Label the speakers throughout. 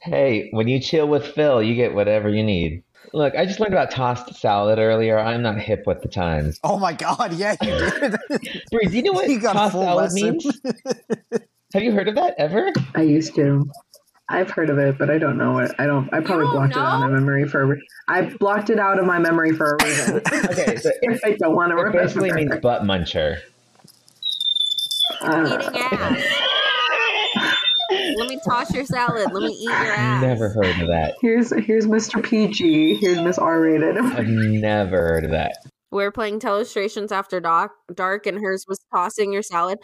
Speaker 1: Hey, when you chill with Phil, you get whatever you need. Look, I just learned about tossed salad earlier. I'm not hip with the times.
Speaker 2: Oh my god, yeah, you did.
Speaker 1: Bree, do you know what
Speaker 2: You got a
Speaker 1: tossed
Speaker 2: full
Speaker 1: salad
Speaker 2: lesson.
Speaker 1: means? Have you heard of that ever?
Speaker 3: I used to. I've heard of it, but I don't know it. I don't. I probably
Speaker 4: don't
Speaker 3: blocked it out of
Speaker 4: know?
Speaker 3: my memory for. A re- I blocked it out of my memory for a reason.
Speaker 1: Okay, so it,
Speaker 3: I don't want to
Speaker 1: it
Speaker 3: remember.
Speaker 1: basically means butt muncher.
Speaker 3: Uh,
Speaker 4: Eating ass. Let me toss your salad. Let me eat your ass.
Speaker 1: Never heard of that.
Speaker 3: here's here's Mr. PG. Here's Miss R-rated.
Speaker 1: I've never heard of that.
Speaker 4: We were playing Telestrations After Dark, dark, and hers was tossing your salad.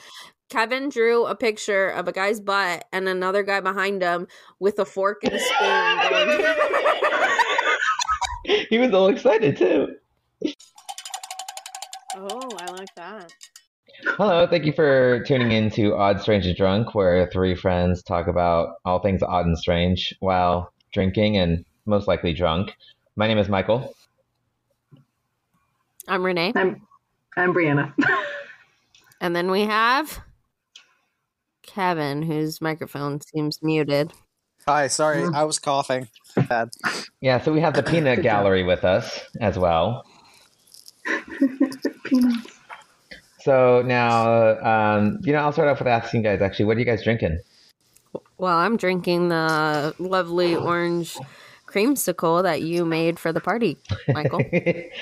Speaker 4: Kevin drew a picture of a guy's butt and another guy behind him with a fork and a spoon. going-
Speaker 1: He was all excited too.
Speaker 4: oh, I like that.
Speaker 1: Hello, thank you for tuning in to Odd, Strange, and Drunk, where three friends talk about all things odd and strange while drinking and most likely drunk. My name is Michael.
Speaker 4: I'm Renee.
Speaker 3: I'm I'm Brianna.
Speaker 4: And then we have Kevin, whose microphone seems muted.
Speaker 2: Hi, sorry, I was coughing. Bad.
Speaker 1: Yeah, so we have the Peanut
Speaker 3: job.
Speaker 1: Gallery with us as well.
Speaker 3: Peanuts.
Speaker 1: So now, um, you know, I'll start off with asking you guys actually, what are you guys drinking?
Speaker 4: Well, I'm drinking the lovely orange creamsicle that you made for the party, Michael.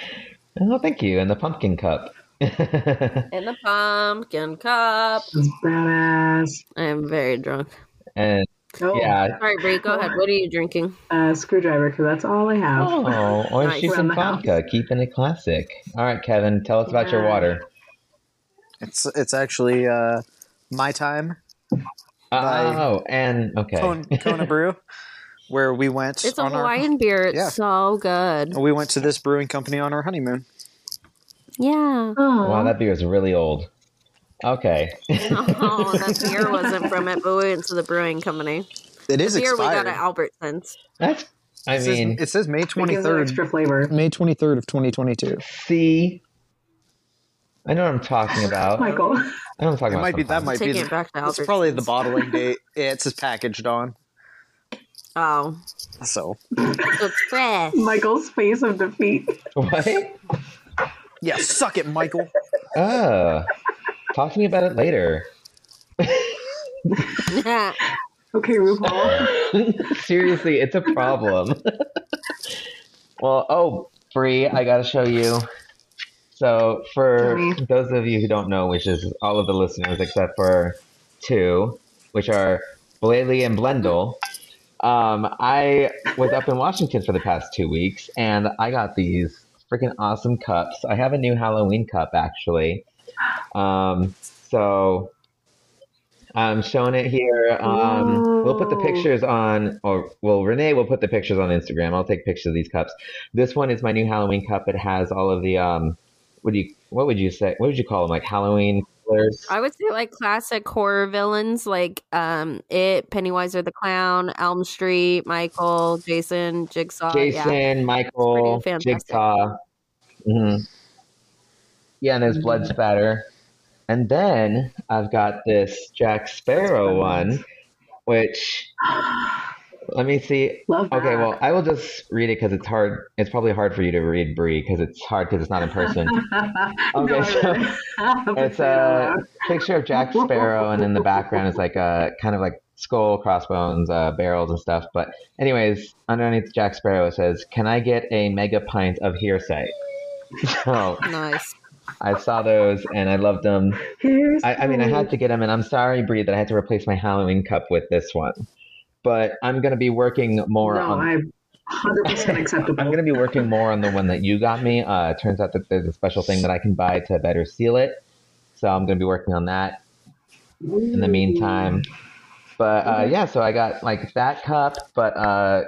Speaker 1: oh, thank you. And the pumpkin cup.
Speaker 4: In the pumpkin cup.
Speaker 3: That's badass.
Speaker 4: I am very drunk.
Speaker 1: and
Speaker 3: Oh,
Speaker 1: yeah.
Speaker 4: All right, Brie, go ahead. What are you drinking?
Speaker 3: uh, screwdriver because that's all I have.
Speaker 1: Oh, orange
Speaker 4: Nice.
Speaker 1: juice
Speaker 3: Around
Speaker 1: and
Speaker 3: the house.
Speaker 1: vodka, keeping it classic. All right, Kevin, tell us about your
Speaker 3: Yeah.
Speaker 1: water.
Speaker 2: It's it's actually uh, my time. Bye.
Speaker 1: Oh, and okay.
Speaker 2: Kona, Kona Brew, where we went
Speaker 4: It's a
Speaker 2: on our
Speaker 4: Hawaiian beer. It's
Speaker 2: Yeah.
Speaker 4: so good.
Speaker 2: we went to this brewing company on our honeymoon.
Speaker 4: Yeah.
Speaker 3: Aw.
Speaker 1: Oh. Wow, that beer is really old. Okay.
Speaker 4: Oh, that beer wasn't from it, but we went to the brewing company.
Speaker 2: It is
Speaker 4: Beer we
Speaker 2: expired.
Speaker 4: got at Albertsons.
Speaker 1: That's, I
Speaker 2: it,
Speaker 1: mean,
Speaker 2: says, it says May
Speaker 3: It
Speaker 2: twenty
Speaker 3: gives it
Speaker 2: third.
Speaker 3: extra flavor.
Speaker 2: May twenty third of twenty twenty two.
Speaker 1: see. I know what I'm talking about. I know
Speaker 3: Michael,
Speaker 1: what I'm talking
Speaker 2: It
Speaker 1: about.
Speaker 2: might be that
Speaker 1: sometimes.
Speaker 2: might be
Speaker 4: Taking
Speaker 2: the,
Speaker 4: it back to Albertsons.
Speaker 2: it's probably the bottling date. Yeah, it's just packaged on.
Speaker 4: Oh,
Speaker 2: So
Speaker 4: so it's fresh.
Speaker 3: Michael's face of defeat.
Speaker 1: What?
Speaker 2: yeah, suck it, Michael.
Speaker 1: Oh, talk to me about it later.
Speaker 3: Okay, RuPaul.
Speaker 1: Seriously, it's a problem. well, oh, Bree, I gotta show you. So, for
Speaker 3: Sorry.
Speaker 1: those of you who don't know, which is all of the listeners except for two, which are Blaley and Blendel, um, I was up in Washington for the past two weeks, and I got these freaking awesome cups. I have a new Halloween cup actually. Um, so I'm showing it here. Um, we'll put the
Speaker 3: Ooh.
Speaker 1: pictures on, or well, Renee will put the pictures on Instagram. I'll take pictures of these cups. This one is my new Halloween cup. It has all of the um, what do you what would you say? What would you call them? Like Halloween colors?
Speaker 4: I would say like classic horror villains like um it, Pennywise or the Clown, Elm Street, Michael, Jason, Jigsaw.
Speaker 1: Jason,
Speaker 4: Oh, Yeah.
Speaker 1: Michael,
Speaker 4: It's pretty fantastic.
Speaker 1: Jigsaw. hmm Yeah, and there's blood
Speaker 4: Mm-hmm.
Speaker 1: spatter. And then I've got this Jack Sparrow Oh, one, which let me see.
Speaker 3: Love that.
Speaker 1: Okay,
Speaker 4: Ah.
Speaker 1: well, I will just read it because it's hard. It's probably hard for you to read, Bree, because it's hard because it's not in person. Okay,
Speaker 3: No,
Speaker 1: so-
Speaker 3: I really-
Speaker 1: It's
Speaker 3: uh,
Speaker 1: a picture of Jack Sparrow, and in the background is like a kind of like skull, crossbones, uh, barrels, and stuff. But anyways, underneath Jack Sparrow it says, "Can I get a mega pint of hearsay?" So
Speaker 4: Nice.
Speaker 1: I saw those and I loved them.
Speaker 3: Here's
Speaker 1: I, I mean, I
Speaker 3: the-
Speaker 1: had to get them, and I'm sorry, Bree, that I had to replace my Halloween cup with this one. But I'm gonna be working more
Speaker 3: No,
Speaker 1: on.
Speaker 3: I'm 100% acceptable.
Speaker 1: I'm going to be working more on the one that you got me. Uh, it turns out that there's a special thing that I can buy to better seal it. So I'm going to be working on that in the meantime. But uh, yeah, so I got like that cup, but uh,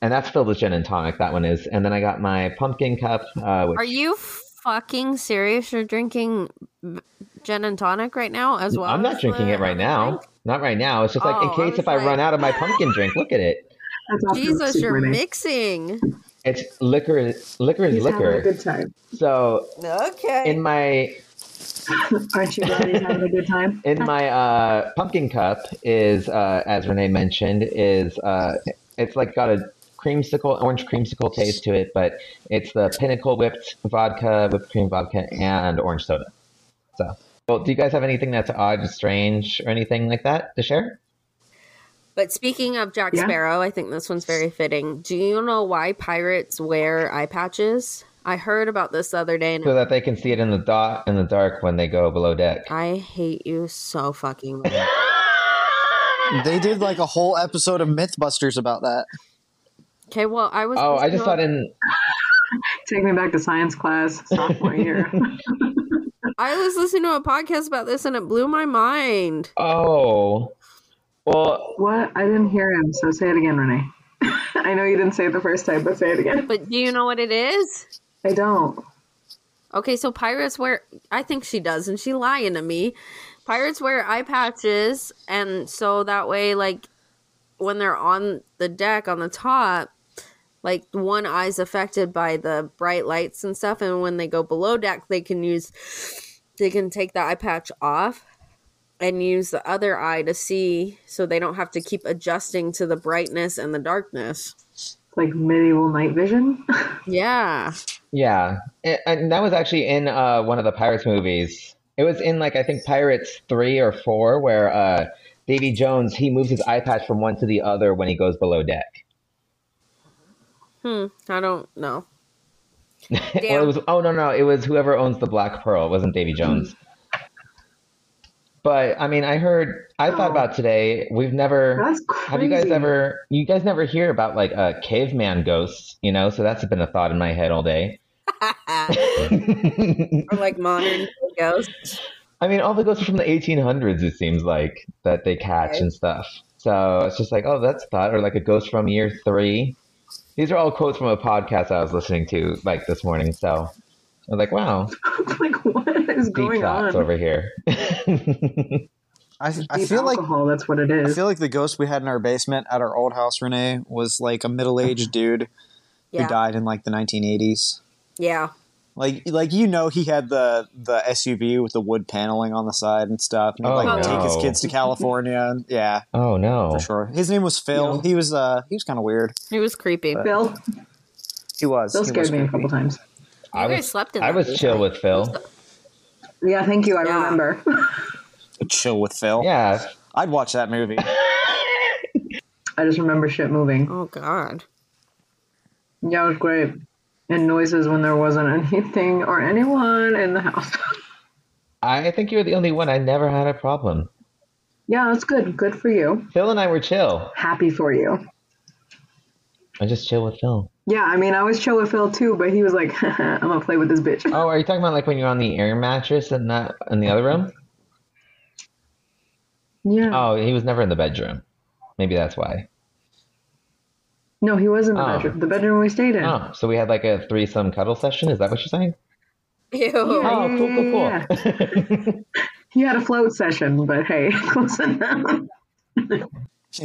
Speaker 1: and that's filled with gin and tonic. That one is, and then I got my pumpkin cup. Uh, which,
Speaker 4: Are you fucking serious? You're drinking b- gin and tonic right now as well?
Speaker 1: I'm not
Speaker 4: as
Speaker 1: drinking
Speaker 4: the
Speaker 1: it right
Speaker 4: other
Speaker 1: now.
Speaker 4: drink?
Speaker 1: Not right now. It's just like
Speaker 4: Oh,
Speaker 1: in
Speaker 4: I
Speaker 1: case
Speaker 4: was
Speaker 1: if I
Speaker 4: like-
Speaker 1: run out of my pumpkin drink. Look at it.
Speaker 3: That's awesome.
Speaker 4: Jesus,
Speaker 3: Super
Speaker 4: you're
Speaker 3: nice.
Speaker 4: mixing.
Speaker 1: It's liquor. Liquor is
Speaker 3: He's having a
Speaker 1: liquor.
Speaker 3: good time.
Speaker 1: So
Speaker 4: Okay.
Speaker 1: in my
Speaker 3: Aren't you glad he's having a good time?
Speaker 1: In my uh, pumpkin cup is, uh, as Renee mentioned, is uh, it's like got a creamsicle, orange creamsicle taste to it, but it's the pinnacle whipped vodka, whipped cream vodka, and orange soda. So, well, do you guys have anything that's odd, strange, or anything like that to share?
Speaker 4: But speaking of Jack
Speaker 3: Yeah.
Speaker 4: Sparrow, I think this one's very fitting. Do you know why pirates wear eye patches? I heard about this the other day and
Speaker 1: So that they can see it in the dot in the dark when they go below deck.
Speaker 4: I hate you so fucking much.
Speaker 2: They did like a whole episode of MythBusters about that.
Speaker 4: Okay, well, I was.
Speaker 1: Oh, I
Speaker 4: supposed to
Speaker 1: just
Speaker 4: know-
Speaker 1: thought in
Speaker 3: Take me back to science class sophomore year.
Speaker 4: I was listening to a podcast about this and it blew my mind.
Speaker 1: oh, well,
Speaker 3: what? I didn't hear him, so say it again, Renee. I know you didn't say it the first time, but say it again.
Speaker 4: But do you know what it is?
Speaker 3: I don't.
Speaker 4: Okay, so pirates wear. I think she does, and she lying to me. Pirates wear eye patches, and so that way, like when they're on the deck on the top, like one eye's affected by the bright lights and stuff, and when they go below deck, they can use, they can take the eye patch off, and use the other eye to see, so they don't have to keep adjusting to the brightness and the darkness.
Speaker 3: It's like medieval night vision.
Speaker 4: Yeah,
Speaker 1: yeah, and, and that was actually in uh, one of the Pirates movies. It was in like I think Pirates three or four, where uh, Davy Jones he moves his eye patch from one to the other when he goes below deck.
Speaker 4: hmm, I don't know.
Speaker 1: Well,
Speaker 4: Damn. Hmm.
Speaker 1: it was oh no no, it was whoever owns the Black Pearl. It wasn't Davy Jones. But I mean, I heard I thought
Speaker 3: Oh.
Speaker 1: about today. We've never
Speaker 3: That's crazy.
Speaker 1: Have you guys ever? You guys never hear about like uh, caveman ghosts, you know? So that's been a thought in my head all day. I
Speaker 4: or like modern ghosts.
Speaker 1: mean, all the ghosts are from the 1800s. It seems like that they catch and stuff. So it's just like, oh, that's a thought, or like a ghost from year three. These are all quotes from a podcast I was listening to like this morning. So I was like, wow,
Speaker 3: like, what is
Speaker 1: deep
Speaker 3: going on?
Speaker 1: thoughts over here.
Speaker 2: I, I
Speaker 3: Deep
Speaker 2: feel like
Speaker 3: alcohol, that's what it
Speaker 2: I
Speaker 3: is.
Speaker 2: feel like the ghost we had in our basement at our old house, Renee, was like a middle-aged dude
Speaker 4: Yeah,
Speaker 2: who died in like the 1980s.
Speaker 4: yeah.
Speaker 2: Like, like you know, he had the the SUV with the wood paneling on the side and stuff, and he'd,
Speaker 1: Oh,
Speaker 2: like
Speaker 4: no.
Speaker 2: take his kids to California. and- yeah,
Speaker 1: oh no!
Speaker 2: for sure. His name was Phil.
Speaker 3: Yeah.
Speaker 2: He was uh he was kind of weird.
Speaker 4: It was creepy. You
Speaker 3: Bill,
Speaker 2: He was. he
Speaker 3: Bill
Speaker 2: was
Speaker 3: scared me a
Speaker 2: creepy.
Speaker 3: couple times.
Speaker 1: I
Speaker 4: guys
Speaker 1: was
Speaker 4: slept in.
Speaker 1: I
Speaker 4: that
Speaker 1: was
Speaker 4: movie.
Speaker 1: chill with Phil.
Speaker 3: Yeah, thank you. I
Speaker 4: Yeah.
Speaker 3: remember.
Speaker 2: Chill with Phil.
Speaker 1: Yeah,
Speaker 2: I'd watch that movie.
Speaker 3: I just remember shit moving.
Speaker 4: Oh God.
Speaker 3: Yeah, it was great. And noises when there wasn't anything or anyone in the house.
Speaker 1: I think you're the only one. I never had a problem.
Speaker 3: yeah, that's good. Good for you.
Speaker 1: Phil and I were chill.
Speaker 3: Happy for you.
Speaker 1: I just chill with Phil.
Speaker 3: Yeah, I mean, I was chill with Phil too, but he was like, I'm gonna play with this bitch.
Speaker 1: Oh, are you talking about like when you're on the air mattress and not in the other room?
Speaker 3: Yeah.
Speaker 1: Oh, he was never in the bedroom. Maybe that's why.
Speaker 3: No, he was in the
Speaker 1: Oh.
Speaker 3: bedroom. The bedroom we stayed in.
Speaker 1: Oh, so we had like a threesome cuddle session. Is that what you're saying? Mm,
Speaker 4: Ew.
Speaker 3: Yeah.
Speaker 1: Oh, cool, cool, cool.
Speaker 3: He had a float session, but hey, close enough.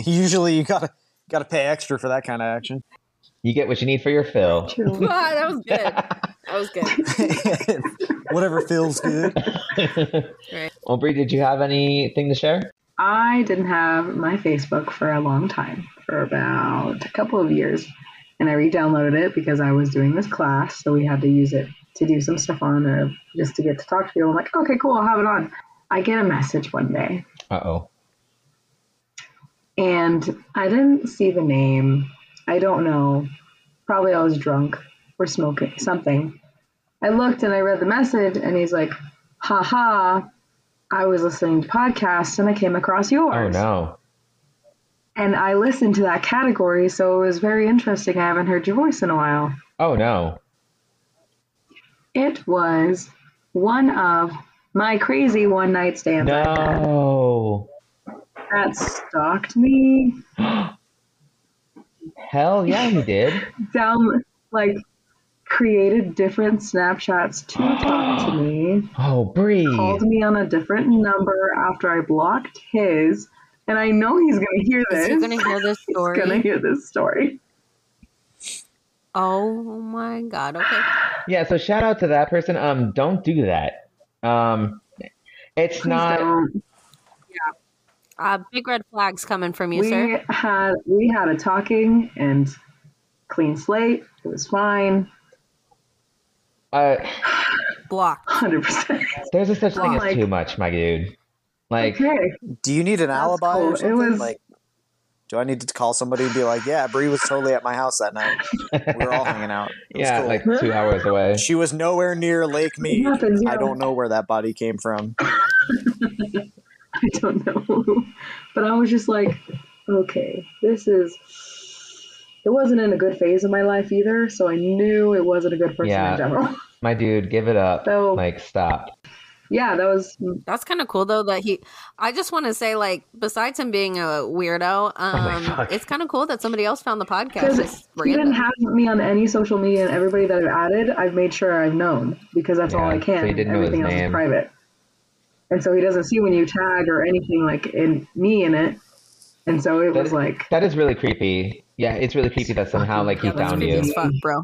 Speaker 2: Usually, you gotta gotta pay extra for that kind of action.
Speaker 1: you get what you need for your fill.
Speaker 3: Chill.
Speaker 4: Ah, that was good. That was good.
Speaker 2: Whatever feels good.
Speaker 4: Right.
Speaker 1: Aubrey, did you have anything to share?
Speaker 3: I didn't have my Facebook for a long time, for about a couple of years. And I re downloaded it because I was doing this class. So we had to use it to do some stuff on there just to get to talk to people. I'm like, okay, cool, I'll have it on. I get a message one day
Speaker 1: Uh oh.
Speaker 3: and I didn't see the name. I don't know. Probably I was drunk or smoking something. I looked and I read the message, and he's like, "Ha ha! I was listening to podcasts and I came across
Speaker 1: Oh
Speaker 3: yours,
Speaker 1: no.
Speaker 3: and I listened to that category, so it was very interesting. I haven't heard your voice in a while.
Speaker 1: Oh no.
Speaker 3: It was one of my crazy one night stands I've had
Speaker 1: No.
Speaker 3: that stalked me
Speaker 1: Hell yeah, he did.
Speaker 3: down like created different snapshots to talk to me
Speaker 1: Oh, Bree.
Speaker 3: called me on a different number after i blocked his and i know he's gonna hear this
Speaker 4: Is he gonna hear this
Speaker 3: he's gonna
Speaker 4: story?
Speaker 3: hear this story
Speaker 4: Oh my God. Okay.
Speaker 1: Yeah, so shout out to that person. Um, don't do that. Um, it's
Speaker 3: Please
Speaker 1: not.
Speaker 3: don't.
Speaker 4: Uh, big red flags coming from you,
Speaker 3: we
Speaker 4: sir.
Speaker 3: had we had a talking and clean slate. It was fine.
Speaker 1: Uh,
Speaker 4: Blocked.
Speaker 3: Hundred percent.
Speaker 1: there's a such thing as
Speaker 3: Like-
Speaker 1: too much, my dude. Like,
Speaker 3: okay.
Speaker 2: Do you need an alibi
Speaker 3: cool.
Speaker 2: or
Speaker 3: It
Speaker 2: something?
Speaker 3: was-
Speaker 2: Like, do I need to call somebody and be like, "Yeah, Bree was totally at my house that night. We were all hanging out. It was
Speaker 1: yeah,
Speaker 2: cool.
Speaker 1: like uh, two hours away.
Speaker 2: she was nowhere near Lake Mead.
Speaker 3: Nothing, yeah.
Speaker 2: I don't know where that body came from.
Speaker 3: I don't know. But I was just like, okay, this is. It wasn't in a good phase of my life either, so I knew it wasn't a good person
Speaker 1: Yeah.
Speaker 3: in general.
Speaker 1: My dude, give it up.
Speaker 3: So-
Speaker 1: Like, stop.
Speaker 3: yeah, that was.
Speaker 4: That's kind of cool though that he. I just want to say, like, besides him being a weirdo,
Speaker 1: Oh
Speaker 4: um,
Speaker 1: fuck.
Speaker 4: it's kind of cool that somebody else found the podcast.
Speaker 3: Because
Speaker 4: Just
Speaker 3: you didn't
Speaker 4: random.
Speaker 3: have me on any social media, and everybody that I've added, I've made sure I've known because that's all
Speaker 1: Yeah,
Speaker 3: I can.
Speaker 1: so you didn't know his
Speaker 3: Everything else
Speaker 1: name.
Speaker 3: is private, and so he doesn't see when you tag or anything like in me in it. And so it was like
Speaker 1: That is really creepy. Yeah, it's really creepy that somehow like he
Speaker 4: yeah, that's
Speaker 1: found
Speaker 4: creepy
Speaker 1: you.
Speaker 4: as fuck, bro.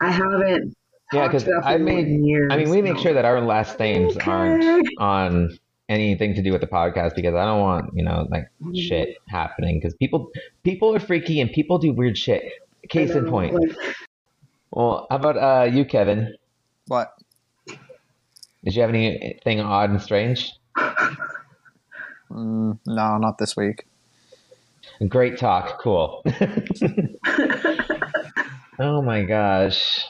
Speaker 3: I haven't.
Speaker 1: Yeah,
Speaker 3: talked
Speaker 1: because
Speaker 3: about
Speaker 1: I
Speaker 3: them in
Speaker 1: mean,
Speaker 3: years,
Speaker 1: I mean, we make
Speaker 3: so-
Speaker 1: sure that our last names aren't
Speaker 3: Okay.
Speaker 1: on anything to do with the podcast because I don't want you know like
Speaker 3: Mm-hmm.
Speaker 1: shit happening because people people are freaky and people do weird shit. Case
Speaker 3: I
Speaker 1: in
Speaker 3: know,
Speaker 1: point.
Speaker 3: like,
Speaker 1: Well, how about uh, you, Kevin?
Speaker 2: What?
Speaker 1: Did you have anything odd and strange?
Speaker 2: Mm, no, not this week.
Speaker 1: Great talk. Cool. oh my gosh.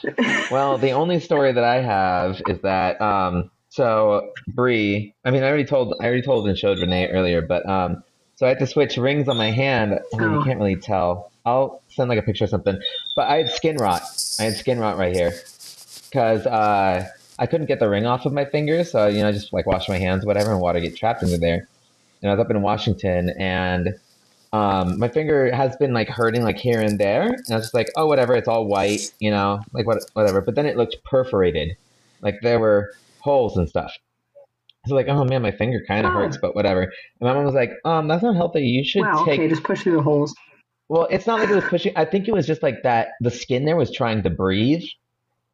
Speaker 1: Well, the only story that I have is that um so Bree, I mean I already told I already told and showed Renee earlier, but um so I had to switch rings on my hand. I mean, you
Speaker 3: Oh.
Speaker 1: can't really tell. I'll send like a picture or something. But I had skin rot. I had skin rot right here. Cause uh I couldn't get the ring off of my fingers, so you know, I just like wash my hands, whatever, and water get trapped into there. And I was up in Washington and um, my finger has been like hurting like here and there, and I was just like, oh, whatever, it's all white, you know, like what, whatever. But then it looked perforated, like there were holes and stuff. So like, oh man, my finger kind of
Speaker 3: Oh.
Speaker 1: hurts, but whatever. And my mom was like, um, that's not healthy. You should
Speaker 3: wow.
Speaker 1: take.
Speaker 3: Okay, just push through the holes.
Speaker 1: Well, it's not like it was pushing. I think it was just like that. The skin there was trying to breathe.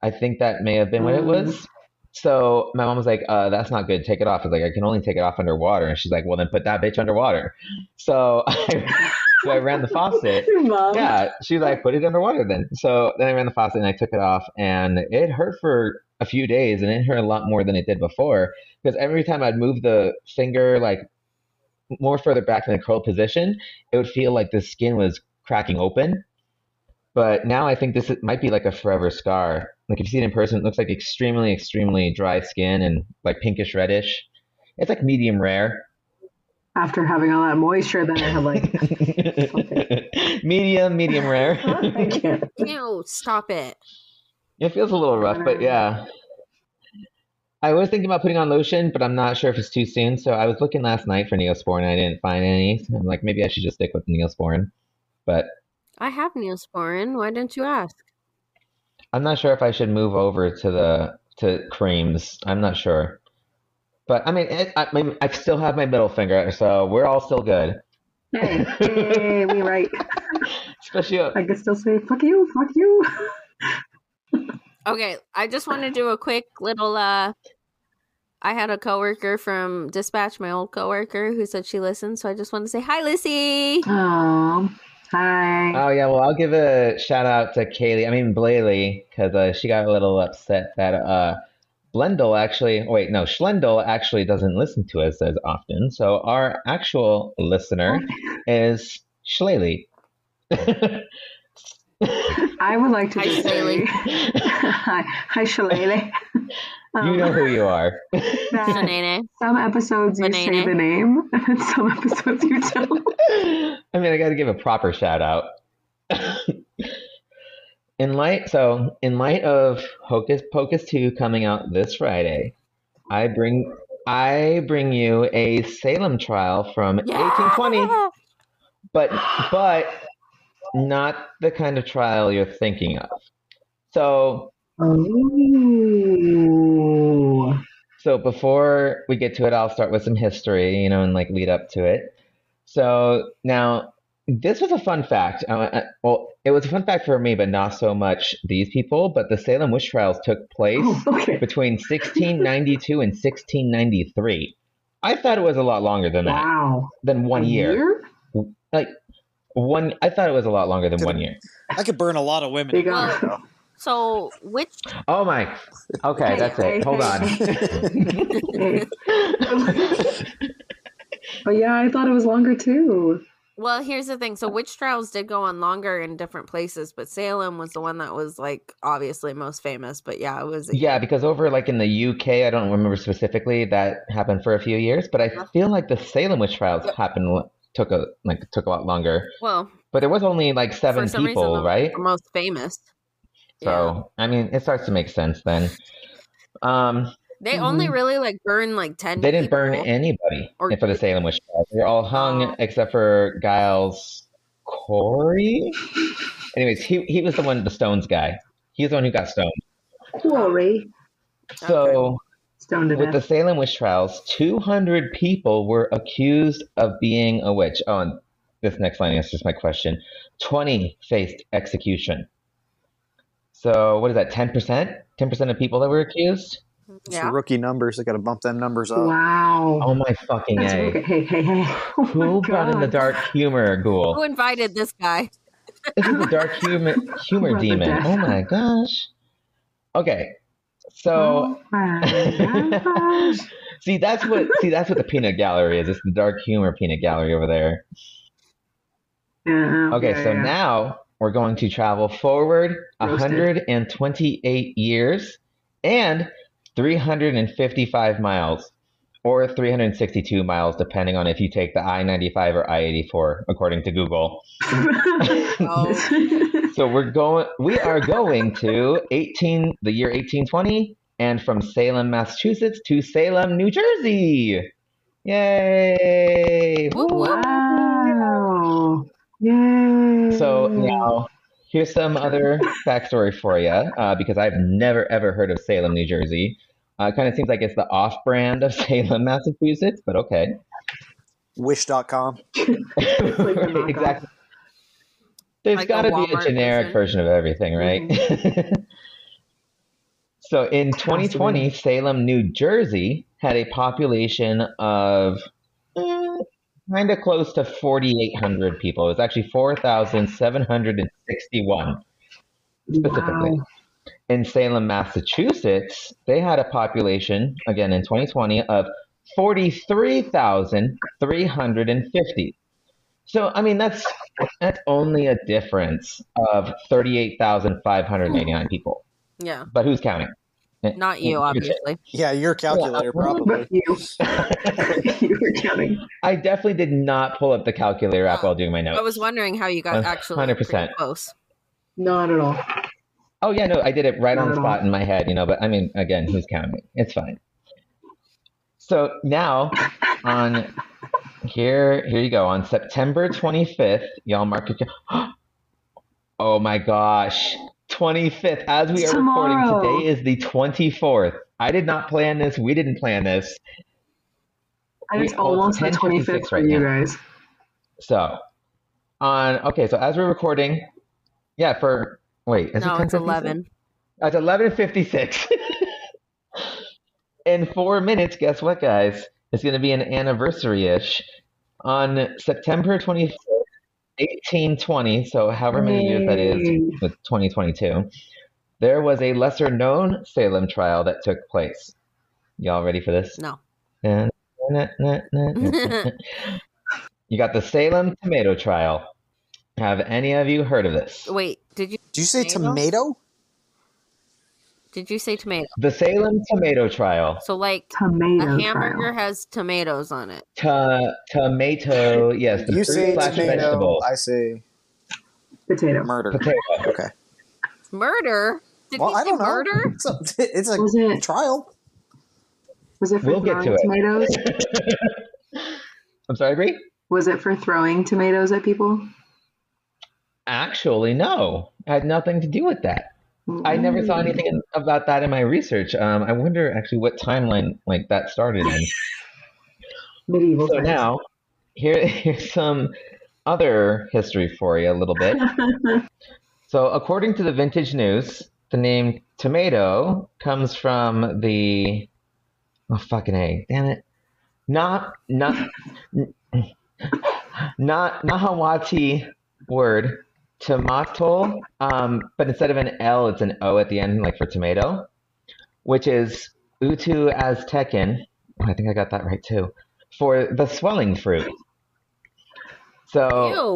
Speaker 1: I think that may have been what it was. So my mom was like, uh, "That's not good. Take it off." I was like, "I can only take it off underwater." And she's like, "Well, then put that bitch underwater." So I, so I ran the faucet.
Speaker 3: Your mom.
Speaker 1: Yeah, she was like, "Put it underwater then." So then I ran the faucet and I took it off, and it hurt for a few days, and it hurt a lot more than it did before because every time I'd move the finger like more further back in the curl position, it would feel like the skin was cracking open. But now I think this might be like a forever scar. Like if you see it in person, it looks like extremely, extremely dry skin and like pinkish reddish. It's like medium rare.
Speaker 3: After having all that moisture, then I had like,
Speaker 1: medium, medium rare.
Speaker 3: I can't.
Speaker 4: Ew, stop it.
Speaker 1: It feels a little rough, but
Speaker 3: Um,
Speaker 1: yeah. I was thinking about putting on lotion, but I'm not sure if it's too soon. So I was looking last night for Neosporin. I didn't find any. So I'm like, maybe I should just stick with Neosporin. But
Speaker 4: I have Neosporin. Why didn't you ask?
Speaker 1: I'm not sure if I should move over to the to creams. I'm not sure. But I mean, it, I, I mean, I still have my middle finger, so we're all still good.
Speaker 3: Hey, hey, we right.
Speaker 1: Especially, uh,
Speaker 3: I can still say fuck you, fuck you.
Speaker 4: Okay, I just want to do a quick little uh I had a coworker from dispatch, my old coworker, who said she listened, so I just want to say hi Lissy.
Speaker 3: Oh, hi.
Speaker 1: oh yeah. Well, I'll give a shout out to Kaylee. I mean, Blaley, because uh, she got a little upset that uh, Blendel actually. Oh, wait, no, Schlendel actually doesn't listen to us as often. So our actual listener is Schlaley.
Speaker 3: I would like to
Speaker 4: Hi,
Speaker 3: just say
Speaker 4: Shillelagh.
Speaker 3: hi, hi, Shillelagh. Um,
Speaker 1: You know who you are.
Speaker 3: that
Speaker 4: Shanane.
Speaker 3: some episodes you say
Speaker 4: Banana.
Speaker 3: the name, and then some episodes you don't.
Speaker 1: I mean, I got to give a proper shout out. in light, so in light of Hocus Pocus two coming out this Friday, I bring I bring you a Salem trial from eighteen twenty,
Speaker 4: Yeah!
Speaker 1: but but not the kind of trial you're thinking of. So
Speaker 3: Oh,
Speaker 1: So before we get to it, I'll start with some history, you know, and like lead up to it. So now this was a fun fact. Uh, uh, well, it was a fun fact for me, but not so much these people. But the Salem witch trials took place
Speaker 3: Oh, okay.
Speaker 1: between 1692 and 1693. I thought it was a lot longer than that,
Speaker 3: Wow.
Speaker 1: than one
Speaker 3: A
Speaker 1: year. Like one, I thought it was a lot longer than
Speaker 2: Did-
Speaker 1: one year.
Speaker 2: I could burn a lot of women.
Speaker 3: Big
Speaker 2: in
Speaker 3: up.
Speaker 2: Mexico.
Speaker 4: So which
Speaker 1: Oh my. Okay,
Speaker 4: Hey,
Speaker 1: that's
Speaker 3: hey,
Speaker 1: it. Hold
Speaker 3: hey.
Speaker 1: on.
Speaker 3: Oh yeah, I thought it was longer too.
Speaker 4: well, here's the thing. So witch trials did go on longer in different places, but Salem was the one that was like obviously most famous. But yeah, it was
Speaker 1: yeah, because over like in the UK, I don't remember specifically that happened for a few years, but
Speaker 4: Uh-huh.
Speaker 1: I feel like the Salem witch trials happened took a like took a lot longer.
Speaker 4: well
Speaker 1: But it was only like
Speaker 4: for
Speaker 1: seven
Speaker 4: some reason
Speaker 1: people,
Speaker 4: the
Speaker 1: right?
Speaker 4: most famous.
Speaker 1: So I mean, it starts to make sense then. Um,
Speaker 4: They only really like burn like ten.
Speaker 1: they didn't burn
Speaker 4: people.
Speaker 1: anybody
Speaker 4: Or-
Speaker 1: for the Salem witch trials. They're all hung
Speaker 4: Oh.
Speaker 1: except for Giles Corey. Anyways, he he was the one, the Stones guy. He was the one who got stoned.
Speaker 3: Glory.
Speaker 1: So.
Speaker 3: Stoned to
Speaker 1: With the
Speaker 3: death.
Speaker 1: Salem witch trials, 200 people were accused of being a witch. Oh, and this next line answers my question. 20 faced execution. So, what is that, 10%? 10% of people that were accused?
Speaker 2: It's
Speaker 4: Yeah.
Speaker 2: rookie numbers. I got to bump them numbers up.
Speaker 3: Wow.
Speaker 1: Oh my fucking
Speaker 3: That's
Speaker 1: A.
Speaker 3: okay. Hey, hey, hey. Oh
Speaker 1: Who
Speaker 3: my
Speaker 1: brought in the
Speaker 3: God.
Speaker 1: dark humor
Speaker 4: Who
Speaker 1: ghoul?
Speaker 4: invited this guy?
Speaker 1: This is the dark humor, humor
Speaker 3: Brought the
Speaker 1: demon.
Speaker 3: death.
Speaker 1: Oh my gosh. Okay. So,
Speaker 3: Oh my gosh.
Speaker 1: see, that's what see that's what the peanut gallery is. It's the dark humor peanut gallery over there.
Speaker 3: Yeah,
Speaker 1: Okay,
Speaker 3: yeah,
Speaker 1: so
Speaker 3: yeah.
Speaker 1: now we're going to travel forward
Speaker 3: Roasted.
Speaker 1: 128 years and 355 miles, or 362 miles, depending on if you take the I 95 or I 84, according to Google. So we're going, we are going to 18, the year 1820, and from Salem, Massachusetts to Salem, New Jersey. Yay!
Speaker 4: Whoop, whoop.
Speaker 3: wow. Yay.
Speaker 1: So now, here's some other backstory for you, uh, because I've never ever heard of Salem, New Jersey. Uh, it kind of seems like it's the off-brand of Salem, Massachusetts, but okay.
Speaker 2: Wish.com.
Speaker 3: It's like the
Speaker 1: Right,
Speaker 3: knockoff.
Speaker 1: exactly. There's
Speaker 4: Like a
Speaker 1: got to be
Speaker 4: Walmart
Speaker 1: a generic
Speaker 4: version.
Speaker 1: version of everything, right? so in 2020, Salem, New Jersey had a population of kind of close to 4,800 people. It was actually 4,761. specifically.
Speaker 3: Wow.
Speaker 1: in Salem, Massachusetts, they had a population, again in 2020, of 43,350. So, I mean, that's that's only a difference of 38,589 people.
Speaker 4: Yeah,
Speaker 1: But who's counting?
Speaker 4: not you,
Speaker 1: You can check.
Speaker 4: obviously.
Speaker 2: Yeah, your calculator probably.
Speaker 3: But you. you were counting.
Speaker 1: I definitely did not pull up the calculator app while doing my
Speaker 4: I
Speaker 1: notes.
Speaker 4: was wondering how you got
Speaker 1: Uh,
Speaker 4: actually
Speaker 1: 100%.
Speaker 4: pretty close.
Speaker 3: Not at all.
Speaker 1: Oh yeah, no, I did it right on the
Speaker 3: Mhm.
Speaker 1: spot in my head, you know. But I mean, again, who's counting? It's fine. So now, on here, here you go. On September 25th, y'all mark it. Oh my gosh, 25th. As we are
Speaker 3: Tomorrow.
Speaker 1: recording, today is the 24th. I did not plan this. We didn't plan this.
Speaker 3: And it's
Speaker 1: We- oh, it's
Speaker 3: almost the
Speaker 1: 10:56
Speaker 3: 25th for
Speaker 1: right
Speaker 3: you
Speaker 1: now.
Speaker 3: guys.
Speaker 1: So, on okay. So as we're recording, yeah. For wait, is
Speaker 4: no,
Speaker 1: it 10:56?
Speaker 4: it's eleven.
Speaker 1: That's eleven fifty six. In four minutes, guess what, guys? It's going to be an anniversary ish on September twenty fifth, eighteen twenty. So however many years that is
Speaker 3: Yay.
Speaker 1: with twenty twenty two, there was a lesser known Salem trial that took place. Y'all ready for this?
Speaker 4: No.
Speaker 1: Na- na- na- na- na- na. you got the Salem tomato trial. Have any of you heard of this?
Speaker 4: Wait, did you
Speaker 2: Do you say
Speaker 4: Tomato?
Speaker 2: tomato?
Speaker 4: did you say tomato?
Speaker 1: The Salem tomato trial.
Speaker 4: So like a
Speaker 3: Tomato
Speaker 4: hamburger
Speaker 3: trial.
Speaker 4: has tomatoes on it.
Speaker 1: Ta- tomato, yes, the
Speaker 2: You
Speaker 1: fruit
Speaker 2: say
Speaker 1: slash
Speaker 2: tomato.
Speaker 1: vegetable.
Speaker 2: I say
Speaker 3: Potato.
Speaker 2: murder.
Speaker 1: Potato.
Speaker 2: Okay.
Speaker 4: Murder? Did
Speaker 2: Well,
Speaker 4: he
Speaker 2: I
Speaker 4: say
Speaker 2: don't know.
Speaker 4: murder?
Speaker 2: It's a, it's a
Speaker 3: Was it-
Speaker 2: trial.
Speaker 3: Was it for
Speaker 1: We'll get
Speaker 3: throwing
Speaker 1: to it.
Speaker 3: tomatoes?
Speaker 1: I'm sorry, Brie?
Speaker 3: Was it for throwing tomatoes at people?
Speaker 1: Actually, no. It had nothing to do with that. I never
Speaker 2: Mm.
Speaker 1: saw anything in- about that in my research. Um, I wonder actually what timeline like that started in.
Speaker 3: Medieval.
Speaker 1: So
Speaker 3: times.
Speaker 1: now, here, here's some other history for you a little bit. so, according to the Vintage News, the name tomato comes from the oh fucking egg, damn it, not not not Nahawati word tomato, um, but instead of an L, it's an O at the end, like for tomato, which is Utu Aztecan. Oh, I think I got that right too. For the swelling fruit. So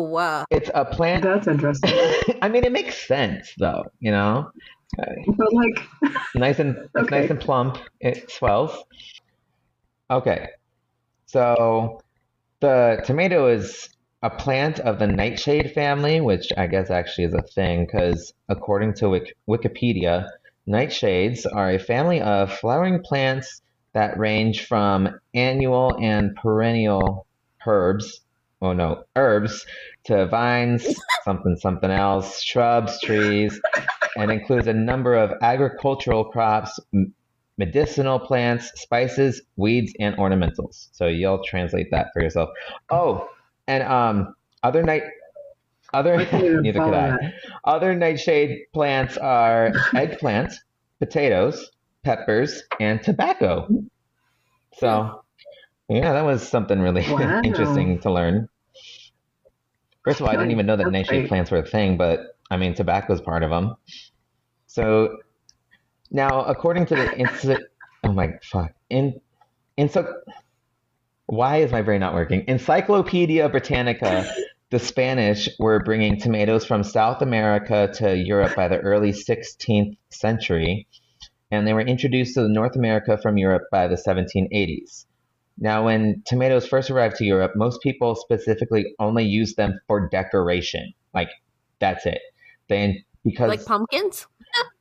Speaker 4: Ew. uh,
Speaker 1: it's a plant.
Speaker 3: That's interesting.
Speaker 1: I mean, it makes sense though, you know?
Speaker 3: but like,
Speaker 1: nice and it's
Speaker 3: Okay.
Speaker 1: nice and plump. It swells. Okay, so the tomato is a plant of the nightshade family, which I guess actually is a thing because according to Wik- Wikipedia, nightshades are a family of flowering plants that range from annual and perennial herbs. Oh no, herbs to vines, something, something else, shrubs, trees, and includes a number of agricultural crops, m- medicinal plants, spices, weeds, and ornamentals. So y'all translate that for yourself. Oh, and um, other night, other
Speaker 3: I can't even
Speaker 1: neither
Speaker 3: follow
Speaker 1: could I.
Speaker 3: that.
Speaker 1: Other nightshade plants are eggplant, potatoes, peppers, and tobacco. So, yeah, that was something really
Speaker 3: Wow.
Speaker 1: interesting to learn. First of all, I didn't even know that
Speaker 3: That's
Speaker 1: nightshade
Speaker 3: great.
Speaker 1: plants were a thing, but I mean, tobacco's part of them. So, now according to the Institute, oh my fuck, in, in so, why is my brain not working? Encyclopedia Britannica. the Spanish were bringing tomatoes from South America to Europe by the early 16th century, and they were introduced to North America from Europe by the 1780s. Now, when tomatoes first arrived to Europe, most people specifically only used them for decoration. Like, that's it. They because
Speaker 4: like pumpkins.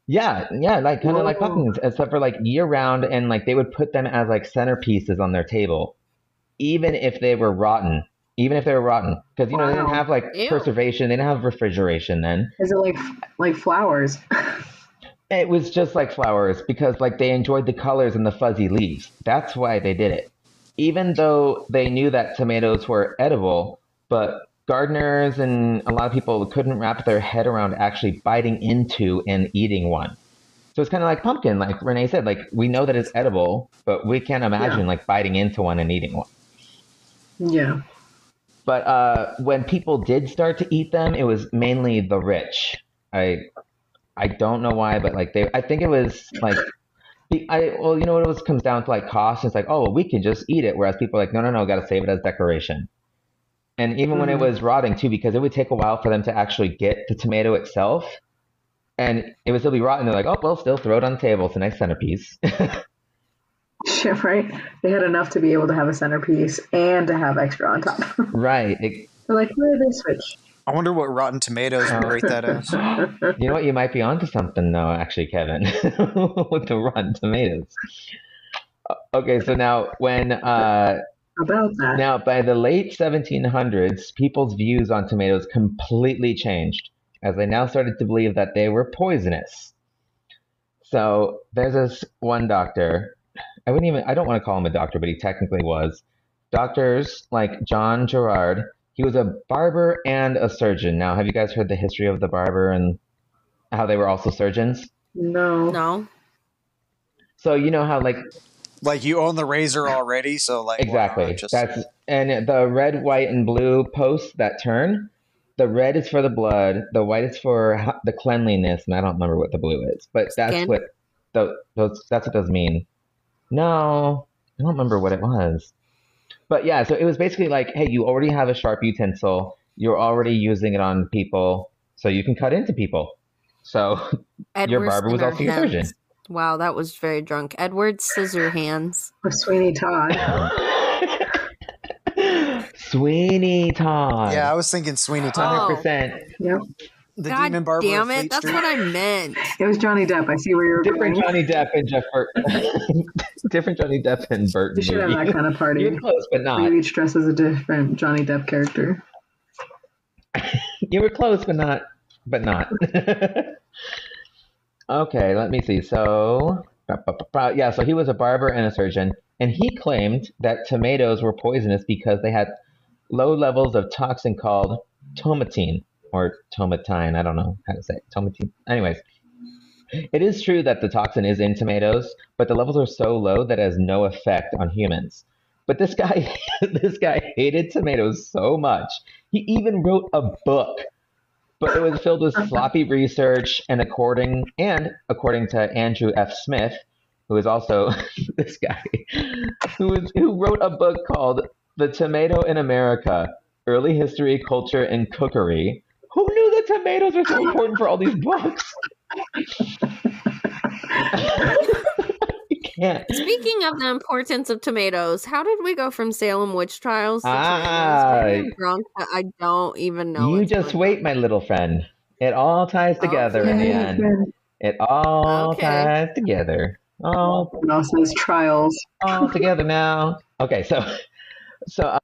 Speaker 1: yeah, yeah, like kind of like
Speaker 3: Whoa.
Speaker 1: pumpkins, except for like year round, and like they would put them as like centerpieces on their table, even if they were rotten, even if they were rotten, because you know they didn't
Speaker 3: Wow.
Speaker 1: have like
Speaker 4: Ew.
Speaker 1: preservation, they didn't have refrigeration then.
Speaker 3: is it like like flowers?
Speaker 1: It was just like flowers because like they enjoyed the colors and the fuzzy leaves. That's why they did it. Even though they knew that tomatoes were edible, but gardeners and a lot of people couldn't wrap their head around actually biting into and eating one. So it's kind of like pumpkin, like Renee said, like we know that it's edible, but we can't imagine like biting into one and eating one.
Speaker 3: yeah.
Speaker 1: But uh, when people did start to eat them, it was mainly the rich. I I don't know why, but like they, I think it was like the- I well, you know what it was comes down to like cost. It's like oh, we can just eat it, whereas people are like no, no, no, got to save it as decoration. And even when it
Speaker 3: Mhm.
Speaker 1: was rotting too, because it would take a while for them to actually get the tomato itself, and it would still be rotten. They're like, oh well, still throw it on the table. It's a nice centerpiece.
Speaker 3: Yeah, right. They had enough to be able to have a centerpiece and to have extra on top.
Speaker 1: right. It,
Speaker 3: They're like, where did they switch?
Speaker 2: I wonder what Rotten Tomatoes
Speaker 1: Oh.
Speaker 2: would rate that as.
Speaker 1: You know what? You might be onto something, though, actually, Kevin, with the Rotten Tomatoes. Uh, Okay, so now when uh,
Speaker 3: About that.
Speaker 1: now by the late 1700s, people's views on tomatoes completely changed as they now started to believe that they were poisonous. So there's this one doctor. I wouldn't even. I don't want to call him a doctor, but he technically was. Doctors like John Gerard. He was a barber and a surgeon. Now, have you guys heard the history of the barber and how they were also surgeons?
Speaker 3: no.
Speaker 4: No,
Speaker 1: So you know how like
Speaker 2: Like you own the razor already, so like why not
Speaker 1: exactly
Speaker 2: just-
Speaker 1: that's and the red, white, and blue posts that turn. The red is for the blood. The white is for ho- the cleanliness, and I don't remember what the blue is, but that's
Speaker 4: Skin?
Speaker 1: what tho- those that's what those mean. No, I don't remember what it was. But yeah, so it was basically like, hey, you already have a sharp utensil. You're already using it on people, so you can cut into people. So your
Speaker 4: Edward
Speaker 1: barber was also your surgeon.
Speaker 4: Scissorhands. Wow, that was very drunk. Edward Scissorhands.
Speaker 3: Or Sweeney Todd.
Speaker 1: Sweeney Todd.
Speaker 2: yeah, I was thinking Sweeney Todd,
Speaker 4: Oh.
Speaker 1: 100%.
Speaker 3: Yep.
Speaker 2: the
Speaker 4: God
Speaker 2: demon barber.
Speaker 4: damn
Speaker 2: of
Speaker 4: it!
Speaker 2: Fleet
Speaker 4: That's
Speaker 2: Street.
Speaker 4: what I meant.
Speaker 3: It was Johnny Depp. I see where you were
Speaker 1: Different
Speaker 3: going.
Speaker 1: Johnny Depp and Jeff Bur- Different Johnny Depp and
Speaker 3: You
Speaker 1: Burton.
Speaker 3: should have
Speaker 1: movie.
Speaker 3: that kind of party.
Speaker 1: You're close, but
Speaker 3: Where
Speaker 1: not.
Speaker 3: you each dress as a different Johnny Depp character.
Speaker 1: You were close, but not. But not. okay, let me see. So, ba- ba- ba- ba- yeah, so he was a barber and a surgeon, and he claimed that tomatoes were poisonous because they had low levels of toxin called tomatine or tomatine. I don't know how to say it. tomatine. Anyways, it is true that the toxin is in tomatoes, but the levels are so low that it has no effect on humans. But this guy, this guy hated tomatoes so much. He even wrote a book, but it was filled with sloppy research and according and according to Andrew F. Smith, who is also this guy, who is who wrote a book called "The Tomato in America: Early History, Culture, and Cookery." Who knew that tomatoes were so important for all these books? I can't.
Speaker 4: Speaking of the importance of tomatoes, how did we go from Salem witch trials to
Speaker 1: Ah.
Speaker 4: tomatoes? Maybe I'm drunk, but I don't even know.
Speaker 1: you
Speaker 4: what's
Speaker 1: just
Speaker 4: going on.
Speaker 1: wait, my little friend. It all ties together in the
Speaker 4: Okay.
Speaker 1: end. It all
Speaker 4: Okay.
Speaker 1: ties together. All,
Speaker 3: It also has trials.
Speaker 1: all together now. Okay, so so uh,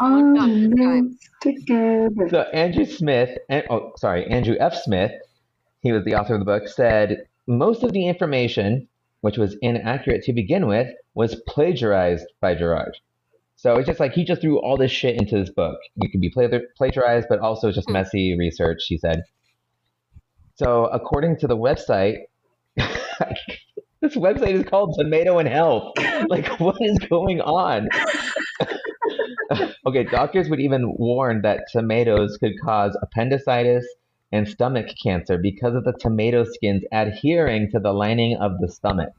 Speaker 4: Oh, no,
Speaker 3: All
Speaker 4: good times.
Speaker 3: together.
Speaker 1: so Andrew Smith and oh sorry, Andrew F. Smith, he was the author of the book, said most of the information, which was inaccurate to begin with, was plagiarized by Gerard. So it's just like he just threw all this shit into this book. It could be pla- plagiarized, but also just
Speaker 4: Hmm.
Speaker 1: messy research, he said. So according to the website, this website is called Tomato and Health. Like, what is going on? okay, doctors would even warn that tomatoes could cause appendicitis and stomach cancer because of the tomato skins adhering to the lining of the stomach.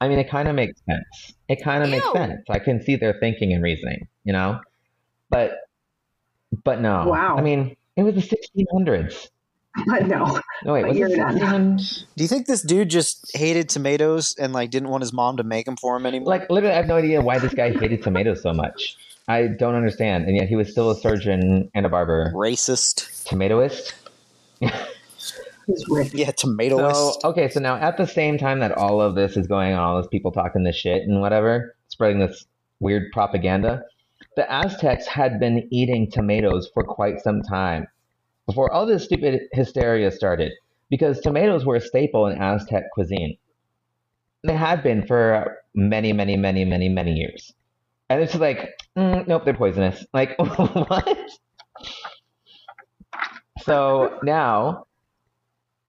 Speaker 1: I mean, it kind of makes sense. It kind of makes
Speaker 4: Ew.
Speaker 1: sense. I can see their thinking and reasoning, you know? But but no.
Speaker 3: Wow.
Speaker 1: I mean, it was the 1600s.
Speaker 3: But no.
Speaker 1: No, wait,
Speaker 3: But
Speaker 1: was it
Speaker 3: you're not.
Speaker 1: 1600s?
Speaker 2: Do you think this dude just hated tomatoes and like didn't want his mom to make them for him anymore?
Speaker 1: Like, literally, I have no idea why this guy hated tomatoes so much. I don't understand. And yet he was still a surgeon and a barber.
Speaker 2: Racist.
Speaker 1: Tomatoist?
Speaker 3: He's rich.
Speaker 2: Yeah,
Speaker 1: So,
Speaker 2: tomatoist.
Speaker 1: okay, so now at the same time that all of this is going on, all those people talking this shit and whatever, spreading this weird propaganda, the Aztecs had been eating tomatoes for quite some time before all this stupid hysteria started because tomatoes were a staple in Aztec cuisine. They had been for many, many, many, many, many years. And it's just like, mm, nope, they're poisonous. Like, what? So now,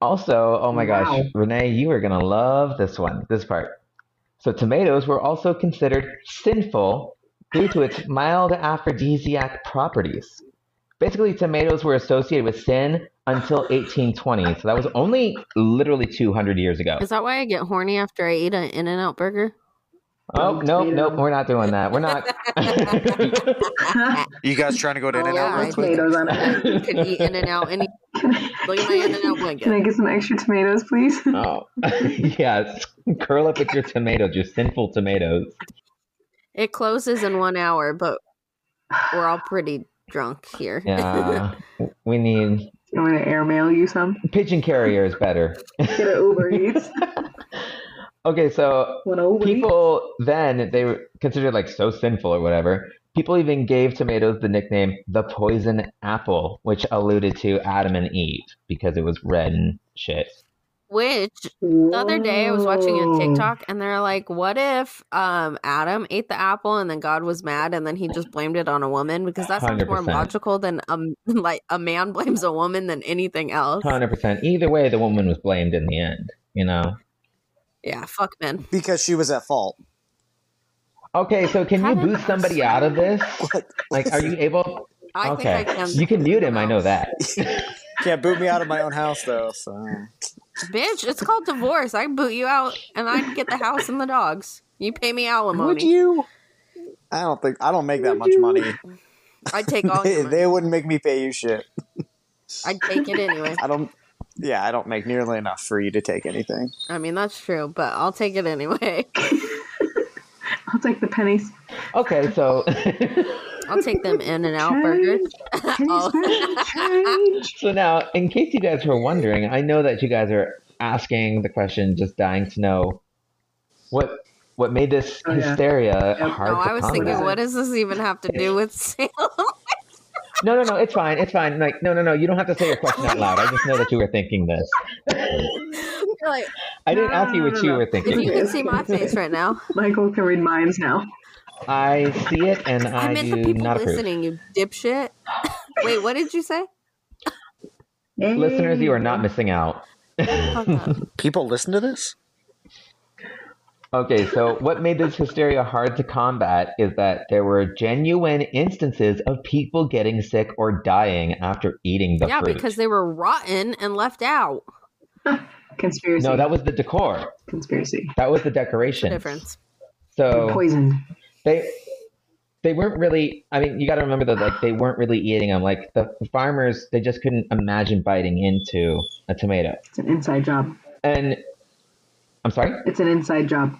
Speaker 1: also, oh my
Speaker 3: Wow.
Speaker 1: gosh, Renee, you are going to love this one, this part. So, tomatoes were also considered sinful due to its mild aphrodisiac properties. Basically, tomatoes were associated with sin until 1820. So, that was only literally 200 years ago.
Speaker 4: Is that why I get horny after I eat an In and Out burger?
Speaker 1: Oh,
Speaker 3: Potato.
Speaker 1: no, no, we're not doing that. We're not.
Speaker 2: you guys trying to go to
Speaker 4: Oh,
Speaker 2: In and
Speaker 4: yeah,
Speaker 2: Out
Speaker 4: I
Speaker 2: real
Speaker 4: did.
Speaker 2: quick?
Speaker 3: Tomatoes on it.
Speaker 4: You could eat In and Out any
Speaker 3: Can I,
Speaker 4: look at my In and Out
Speaker 3: can I
Speaker 4: blanket.
Speaker 3: get some extra tomatoes, please?
Speaker 1: oh, yes. Curl up with your tomatoes, your sinful tomatoes.
Speaker 4: It closes in one hour, but we're all pretty drunk here.
Speaker 1: Yeah. we need.
Speaker 3: You want me to airmail you some?
Speaker 1: Pigeon carrier is better.
Speaker 3: Get an Uber Eats.
Speaker 1: Okay, so
Speaker 3: One Uber Eats.
Speaker 1: people then, they were considered like so sinful or whatever. People even gave tomatoes the nickname the poison apple, which alluded to Adam and Eve because it was red and shit.
Speaker 4: Which the other day I was watching a TikTok and they're like, "What if um, Adam ate the apple and then God was mad and then he just blamed it on a woman?" Because that sounds more
Speaker 1: 100%.
Speaker 4: logical than um, like a man blames a woman than anything else.
Speaker 1: 100%. Either way, the woman was blamed in the end, you know?
Speaker 4: Yeah, fuck men.
Speaker 2: Because she was at fault.
Speaker 1: Okay, so can
Speaker 4: How
Speaker 1: you
Speaker 4: did
Speaker 1: boot
Speaker 4: that
Speaker 1: somebody out of this? Like, are you able?
Speaker 4: I
Speaker 1: okay,
Speaker 4: think I can.
Speaker 1: you can mute him. I know that.
Speaker 2: Can't boot me out of my own house though. So
Speaker 4: bitch. It's called divorce. I boot you out and I get the house and the dogs. You pay me alimony.
Speaker 2: would you? I don't think I don't make that much money.
Speaker 4: I take all.
Speaker 2: They,
Speaker 4: Your money.
Speaker 2: they wouldn't make me pay you shit.
Speaker 4: I take it anyway.
Speaker 2: I don't. Yeah, I don't make nearly enough for you to take anything.
Speaker 4: I mean that's true, but I'll take it anyway.
Speaker 3: I'll take the pennies.
Speaker 1: Okay, so
Speaker 4: I'll take them in and out
Speaker 3: Change.
Speaker 4: burgers.
Speaker 3: Pennies,
Speaker 4: Oh.
Speaker 3: pennies, change.
Speaker 1: so now, in case you guys were wondering, I know that you guys are asking the question, just dying to know what what made this
Speaker 3: Oh, yeah.
Speaker 1: hysteria
Speaker 3: Yep.
Speaker 1: hard
Speaker 4: No,
Speaker 1: to
Speaker 4: I was thinking,
Speaker 1: combat.
Speaker 4: what does this even have to do with Salem?
Speaker 1: No, no, no, it's fine, it's fine. Like, no, no, no, you don't have to say your question out loud. I just know that you were thinking this.
Speaker 4: You're like,
Speaker 1: I didn't
Speaker 3: No,
Speaker 1: ask you
Speaker 3: no,
Speaker 1: what
Speaker 3: no,
Speaker 1: you
Speaker 3: no.
Speaker 1: were
Speaker 4: if you
Speaker 1: thinking.
Speaker 4: can see my face right now,
Speaker 3: Michael can read minds now.
Speaker 1: I see it and I,
Speaker 4: I meant
Speaker 1: do
Speaker 4: the people
Speaker 1: not approve.
Speaker 4: listening, you dipshit. Wait, what did you say?
Speaker 1: Listeners, you are not missing out.
Speaker 4: Fuck up.
Speaker 2: People listen to this?
Speaker 1: Okay, so what made this hysteria hard to combat is that there were genuine instances of people getting sick or dying after eating the
Speaker 4: yeah,
Speaker 1: fruit.
Speaker 4: because they were rotten and left out.
Speaker 3: Conspiracy.
Speaker 1: no, that was the decor.
Speaker 3: Conspiracy.
Speaker 1: That was the
Speaker 4: What's the
Speaker 1: decoration.
Speaker 4: difference?
Speaker 1: So
Speaker 3: Poisoned.
Speaker 1: they they weren't really. I mean, you got to remember that like they weren't really eating them. Like the farmers, they just couldn't imagine biting into a tomato.
Speaker 3: It's an inside job.
Speaker 1: And I'm sorry.
Speaker 3: It's an inside job.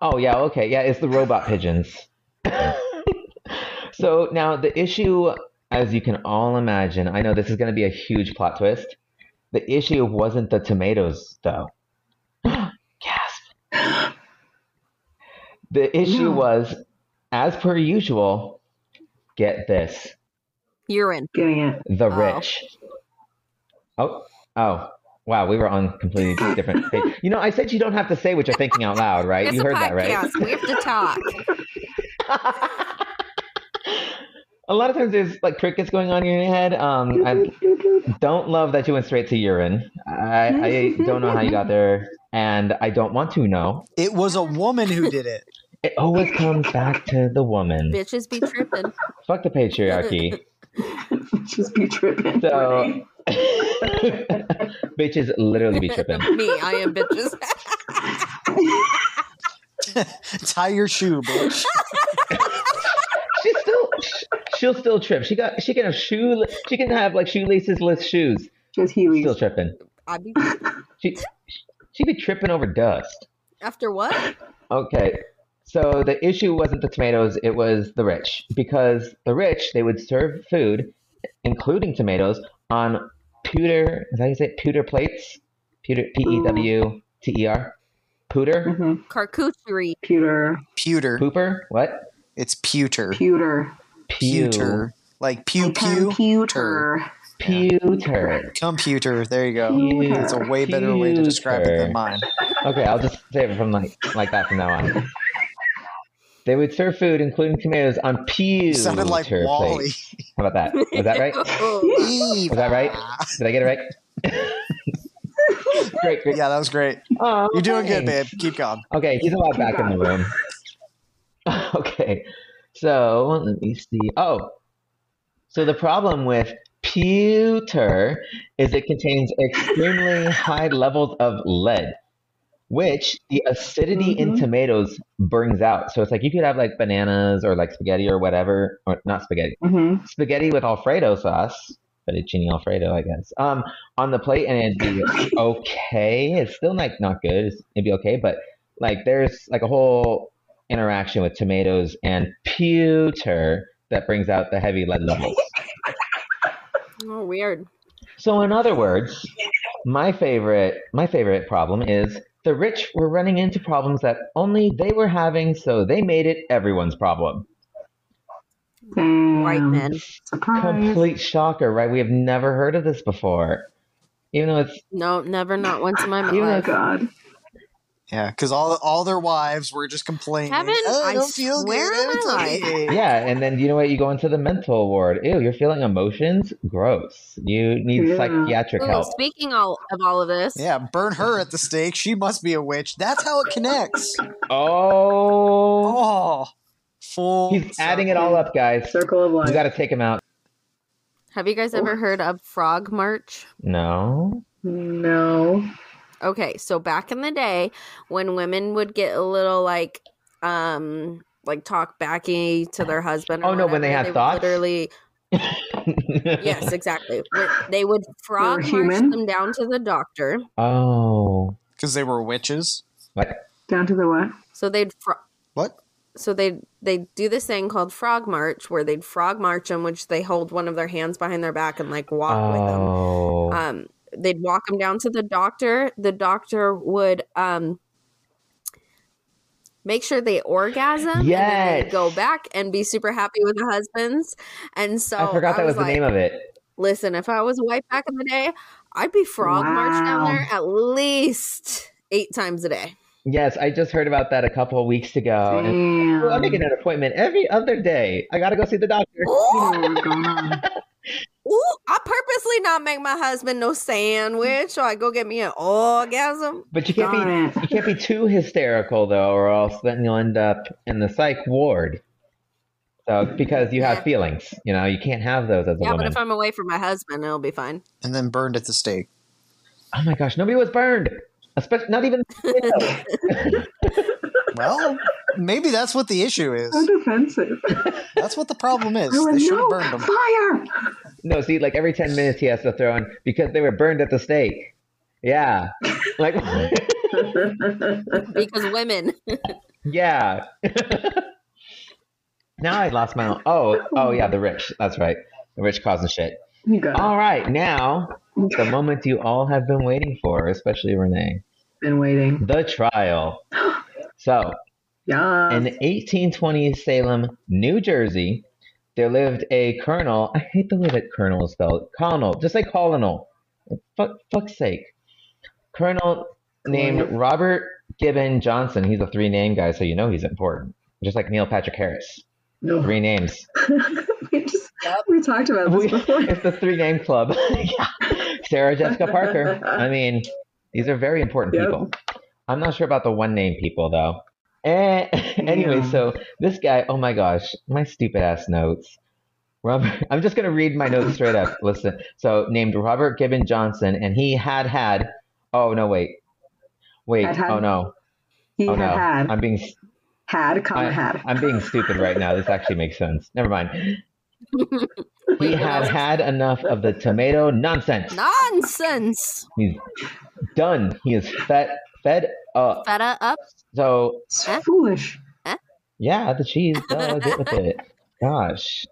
Speaker 1: Oh yeah, okay. Yeah, it's the robot pigeons. so now the issue, as you can all imagine, I know this is going to be a huge plot twist. The issue wasn't the tomatoes, though. Gasp. The issue
Speaker 3: No.
Speaker 1: was, as per usual, get this,
Speaker 4: Urine.
Speaker 3: Getting it.
Speaker 1: the
Speaker 4: Oh.
Speaker 1: rich. Oh, oh. Wow, we were on completely different page. You know, I said you don't have to say what you're thinking out loud, right?
Speaker 4: it's
Speaker 1: You
Speaker 4: a
Speaker 1: heard
Speaker 4: podcast.
Speaker 1: that, right?
Speaker 4: We have to talk.
Speaker 1: a lot of times there's like crickets going on in your head. Um, I
Speaker 3: Mm-hmm.
Speaker 1: don't love that you went straight to urine. I, I don't know how you got there, and I don't want to know.
Speaker 2: It was a woman who did it.
Speaker 1: It always comes back to the woman.
Speaker 4: Bitches be tripping.
Speaker 1: Fuck the patriarchy.
Speaker 3: Just be tripping.
Speaker 1: So, bitches literally be tripping.
Speaker 4: Me, I am bitches.
Speaker 2: Tie your shoe, bitch.
Speaker 1: She still, sh- she'll still trip. She got, she can have shoe, she can have like shoelaces less shoes.
Speaker 3: Just Heelys.
Speaker 1: Still tripping.
Speaker 4: I be
Speaker 1: She, she be tripping over dust.
Speaker 4: after what?
Speaker 1: Okay. So the issue wasn't the tomatoes, it was the rich. Because the rich, they would serve food, including tomatoes, on pewter, is that how you say it? Pewter plates? Pewter, P E W T E R? Pewter?
Speaker 3: hmm
Speaker 4: Carcuterie.
Speaker 3: Pewter.
Speaker 2: Pewter.
Speaker 1: Pooper? What?
Speaker 2: It's pewter.
Speaker 3: Pewter.
Speaker 1: Pew.
Speaker 2: Pewter. Like pew pew.
Speaker 3: Computer.
Speaker 1: Pewter.
Speaker 2: Computer. There you go.
Speaker 1: Pewter.
Speaker 2: It's a way better way to describe it than mine.
Speaker 1: Okay, I'll just say it from like, like that from now on. They would serve food, including tomatoes, on pewter
Speaker 2: You sounded like Wally.
Speaker 1: plates. How about that? Was that right?
Speaker 4: Oh,
Speaker 1: Was that right? Did I get it right? great, great.
Speaker 2: Yeah, that was great.
Speaker 1: Oh,
Speaker 2: You're doing good,
Speaker 1: thanks.
Speaker 2: babe. Keep going.
Speaker 1: Okay, he's allowed back in the room. okay, so let me see. Oh, so the problem with pewter is it contains extremely high levels of lead, which the acidity in
Speaker 2: Mm-hmm.
Speaker 3: Mhm.
Speaker 1: tomatoes burns out. So it's like you could have like bananas or like spaghetti or whatever, or not spaghetti,
Speaker 3: Mm-hmm.
Speaker 1: spaghetti with Alfredo sauce, fettuccine Alfredo, I guess, um, on the plate, and it'd be okay. It's still like not good. It's- It'd be okay, but like there's like a whole interaction with tomatoes and pewter that brings out the heavy lead levels.
Speaker 4: oh, weird.
Speaker 1: So in other words, my favorite my favorite problem is the rich were running into problems that only they were having, so they made it everyone's problem.
Speaker 3: Mm-hmm. Damn.
Speaker 4: White men.
Speaker 3: Surprise.
Speaker 1: Complete shocker, right? We have never heard of this before. Even though it's
Speaker 4: No, never, not once in my
Speaker 1: You
Speaker 3: Oh,
Speaker 4: life.
Speaker 3: God.
Speaker 2: Yeah, because all all their wives were just complaining.
Speaker 4: Kevin,
Speaker 2: "Oh,
Speaker 4: I swear on my
Speaker 2: good.
Speaker 1: Yeah, and then you know what? You go into the mental ward. Ew, you're feeling emotions? Gross. You need
Speaker 3: Yeah.
Speaker 1: psychiatric
Speaker 4: Ooh,
Speaker 1: help.
Speaker 4: speaking all of all of this,
Speaker 2: Yeah, burn her at the stake. She must be a witch. That's how it connects.
Speaker 1: Oh,
Speaker 2: Oh, full.
Speaker 1: he's adding it all up, guys.
Speaker 3: Circle of life.
Speaker 1: You got to take him out.
Speaker 4: have you guys ever heard of Frog March?
Speaker 1: No.
Speaker 3: No.
Speaker 4: Okay, so back in the day when women would get a little like um like talk backy to their husband. or
Speaker 1: Oh, no, when they
Speaker 4: whatever,
Speaker 1: had
Speaker 4: would
Speaker 1: thoughts?
Speaker 4: Literally, yes, exactly. Wh- they would frog march
Speaker 3: human?
Speaker 4: them down to the doctor.
Speaker 1: Oh.
Speaker 2: because they were witches.
Speaker 3: Down to the what?
Speaker 4: So they'd fro-
Speaker 2: What?
Speaker 4: so they they do this thing called frog march where they'd frog march them, which they hold one of their hands behind their back and like walk with them.
Speaker 1: Oh.
Speaker 4: um, they'd walk him down to the doctor. The doctor would um, make sure they orgasm. and then they'd
Speaker 1: Yes.
Speaker 4: go back and be super happy with the husbands. And so
Speaker 1: I forgot that was, the
Speaker 4: like,
Speaker 1: name of it.
Speaker 4: Listen, if I was white back in the day, I'd be frog marched down
Speaker 3: Wow.
Speaker 4: there at least eight times a day.
Speaker 1: Yes, I just heard about that a couple of weeks ago. and-
Speaker 3: Damn.
Speaker 1: I'm making an appointment every other day. I gotta go see the doctor.
Speaker 4: Ooh,
Speaker 3: You know what's going on.
Speaker 4: ooh, I purposely not make my husband no sandwich, so I go get me an orgasm.
Speaker 1: But you can't be
Speaker 3: Darn it.
Speaker 1: you can't be too hysterical though, or else then you'll end up in the psych ward. So because you have
Speaker 4: Yeah.
Speaker 1: feelings, you know, you can't have those as a
Speaker 4: Yeah, but
Speaker 1: woman.
Speaker 4: if I'm away from my husband, it'll be fine.
Speaker 2: and then burned at the stake.
Speaker 1: oh my gosh, nobody was burned. Especially not even
Speaker 2: Well, maybe that's what the issue
Speaker 3: So
Speaker 2: is.
Speaker 3: defensive.
Speaker 2: That's what the problem is.
Speaker 3: I
Speaker 2: They
Speaker 3: went,
Speaker 2: should
Speaker 3: no,
Speaker 2: have burned them.
Speaker 3: fire!
Speaker 1: no. See, like every ten minutes he has to throw in because they were burned at the stake. Yeah, like
Speaker 4: Because women.
Speaker 1: yeah. now I lost my. Oh, oh yeah, the rich. That's right, the rich causing shit.
Speaker 3: you got
Speaker 1: All right, now the moment you all have been waiting for, especially Renee,
Speaker 3: it. Been waiting.
Speaker 1: the trial. So,
Speaker 3: Yeah.
Speaker 1: in 1820 Salem, New Jersey, there lived a colonel. I hate the way that colonel is spelled. Colonel, just say colonel. Fuck, fuck's sake. Colonel named
Speaker 3: Colonel.
Speaker 1: Robert Gibbon Johnson. He's a three name guy, so you know he's important. Just like Neil Patrick Harris.
Speaker 3: no.
Speaker 1: Three names.
Speaker 3: we, just, we talked about
Speaker 1: We-
Speaker 3: this
Speaker 1: Oh,
Speaker 3: before.
Speaker 1: it's the three name club. Yeah. Sarah Jessica Parker. I mean, these are very important
Speaker 3: Yep.
Speaker 1: people. I'm not sure about the one name people though. Eh, anyway,
Speaker 3: Yeah.
Speaker 1: so this guy, oh my gosh, my stupid ass notes. Robert, I'm just gonna read my notes straight up. Listen, so named Robert Gibbon Johnson, and he had had. Oh no, wait, wait.
Speaker 3: Had had?
Speaker 1: Oh no,
Speaker 3: He
Speaker 1: oh
Speaker 3: had
Speaker 1: no.
Speaker 3: had,
Speaker 1: I'm being
Speaker 3: had, comma,
Speaker 1: I-
Speaker 3: had.
Speaker 1: I'm being stupid right now. This actually makes sense. Never mind. He
Speaker 4: Wait,
Speaker 1: had had enough of the tomato nonsense.
Speaker 4: Nonsense.
Speaker 1: He's done. He is fed fed up.
Speaker 4: Feta up.
Speaker 1: So
Speaker 3: It's
Speaker 4: Huh?
Speaker 3: foolish.
Speaker 1: yeah, the cheese. Oh, get with it. Gosh.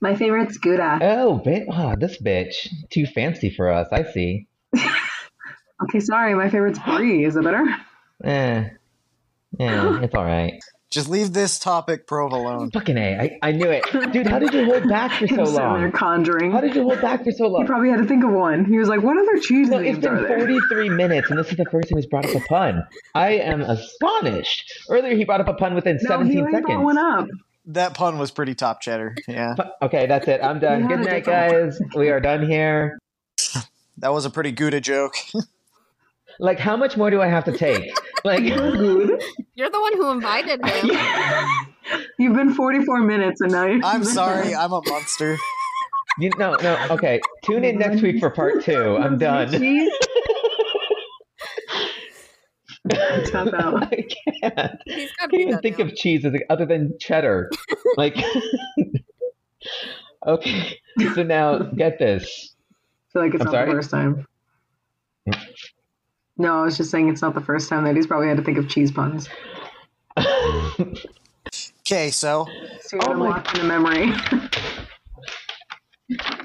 Speaker 3: My favorite's Gouda.
Speaker 1: Oh, bit. Oh, this bitch. Too fancy for us. I see.
Speaker 3: Okay, sorry. My favorite's Brie. Is it better?
Speaker 1: Eh. Yeah, it's all right.
Speaker 2: Just leave this topic Prove alone.
Speaker 1: Fucking a. I, I knew it, dude. How did you hold back for so
Speaker 3: He's sitting there
Speaker 1: long?
Speaker 3: conjuring.
Speaker 1: How did you hold back for so
Speaker 3: he
Speaker 1: long?
Speaker 3: probably had to think of one. He was like, what other cheese
Speaker 1: No, it's
Speaker 3: names are
Speaker 1: been
Speaker 3: there?
Speaker 1: 43 minutes, and this is the first time he's brought up a pun. I am astonished. Earlier, he brought up a pun within
Speaker 3: no, he
Speaker 1: 17
Speaker 3: already
Speaker 1: seconds.
Speaker 3: brought one up.
Speaker 2: That pun was pretty top cheddar. Yeah.
Speaker 1: Okay, that's it. I'm done.
Speaker 3: You
Speaker 1: Good
Speaker 3: had a
Speaker 1: night,
Speaker 3: different-
Speaker 1: guys. We are done here.
Speaker 2: That was a pretty Gouda joke.
Speaker 1: Like, how much more do I have to take? Like,
Speaker 3: Good.
Speaker 4: You're the one who invited him.
Speaker 3: You've been 44 minutes and now you're.
Speaker 2: I'm sorry, I'm a monster.
Speaker 1: you, no, no. Okay, tune in next week for part two. Oh, I'm done.
Speaker 3: Cheese. Tap out.
Speaker 1: I can't.
Speaker 4: He's
Speaker 1: I
Speaker 4: got
Speaker 1: can't even think of cheese as other than cheddar. Like, okay. So now, get this.
Speaker 3: I feel like it's
Speaker 1: I'm
Speaker 3: not
Speaker 1: sorry?
Speaker 3: the first time. No, I was just saying it's not the first time that he's probably had to think of cheese puns.
Speaker 2: Okay, so
Speaker 3: So you're
Speaker 1: Oh my-
Speaker 3: unlocking a memory.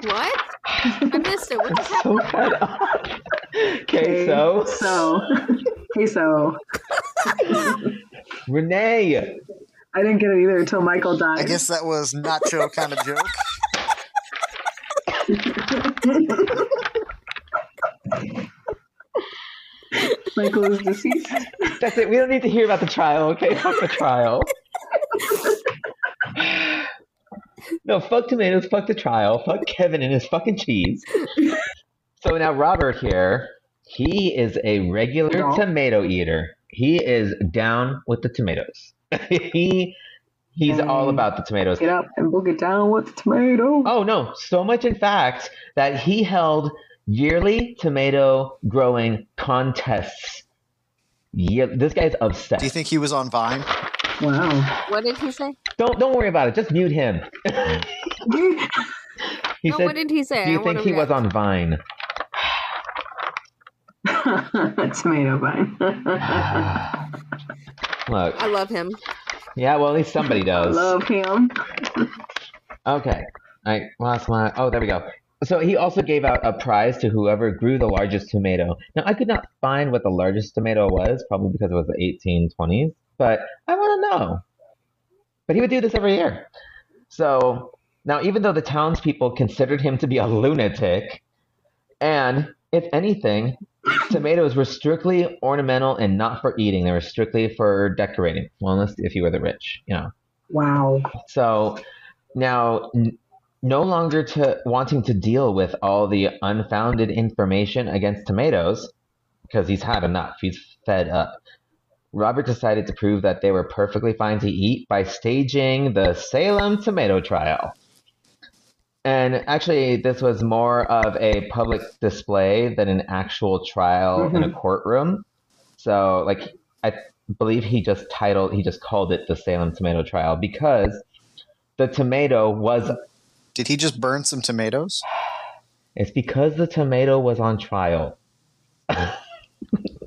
Speaker 4: What? I missed it. What the heck?
Speaker 1: So fed up. Okay, so
Speaker 3: So, queso.
Speaker 1: Renee,
Speaker 3: I didn't get it either until Michael died.
Speaker 2: I guess that was nacho kind of joke.
Speaker 3: Michael is deceased.
Speaker 1: that's it. We don't need to hear about the trial. Okay, fuck the trial. No, fuck tomatoes. Fuck the trial. Fuck Kevin and his fucking cheese. So now Robert here, he is a regular
Speaker 3: No.
Speaker 1: tomato eater. He is down with the tomatoes. he he's all
Speaker 3: Mm.
Speaker 1: about the tomatoes.
Speaker 3: Get up and book it down with the tomato.
Speaker 1: Oh no, so much in fact that he held yearly tomato growing contests. Yeah, this guy's
Speaker 2: Do you
Speaker 1: obsessed.
Speaker 2: think he was on Vine?
Speaker 3: Wow.
Speaker 4: What did he say?
Speaker 1: Don't don't worry about it. Just mute him. He
Speaker 4: no, what
Speaker 1: said,
Speaker 4: did he say?
Speaker 1: "Do
Speaker 4: I
Speaker 1: you
Speaker 4: wanna
Speaker 1: think he
Speaker 4: react.
Speaker 1: was on Vine?"
Speaker 3: tomato vine.
Speaker 1: Look,
Speaker 4: I love him.
Speaker 1: yeah, well at least somebody does.
Speaker 3: Love him.
Speaker 1: Okay, I lost my. Oh, there we go. So he also gave out a prize to whoever grew the largest tomato. Now I could not find what the largest tomato was, probably because it was the 1820s, but I want to know. But he would do this every year. So now, even though the townspeople considered him to be a lunatic, and if anything, tomatoes were strictly ornamental and not for eating. They were strictly for decorating. Well, unless if you were the rich, you know.
Speaker 3: Wow.
Speaker 1: So now, n- no longer to wanting to deal with all the unfounded information against tomatoes, because he's had enough. He's fed up. Robert decided to prove that they were perfectly fine to eat by staging the Salem tomato trial. And actually, this was more of a public display than an actual trial in a courtroom. So, like, I believe he just titled, he just called it the Salem tomato trial because the tomato was
Speaker 2: Did he just burn some tomatoes?
Speaker 1: it's because the tomato was on trial.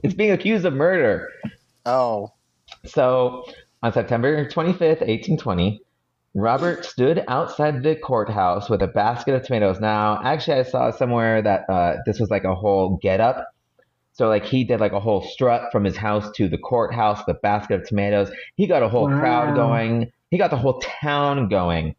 Speaker 1: it's being accused of murder.
Speaker 2: Oh,
Speaker 1: So on September 25th, 1820, Robert stood outside the courthouse with a basket of tomatoes. Now, actually, I saw somewhere that uh, this was like a whole get up. So, like, he did like a whole strut from his house to the courthouse, the basket of tomatoes. He got a whole
Speaker 3: Wow.
Speaker 1: crowd going, he got the whole town going.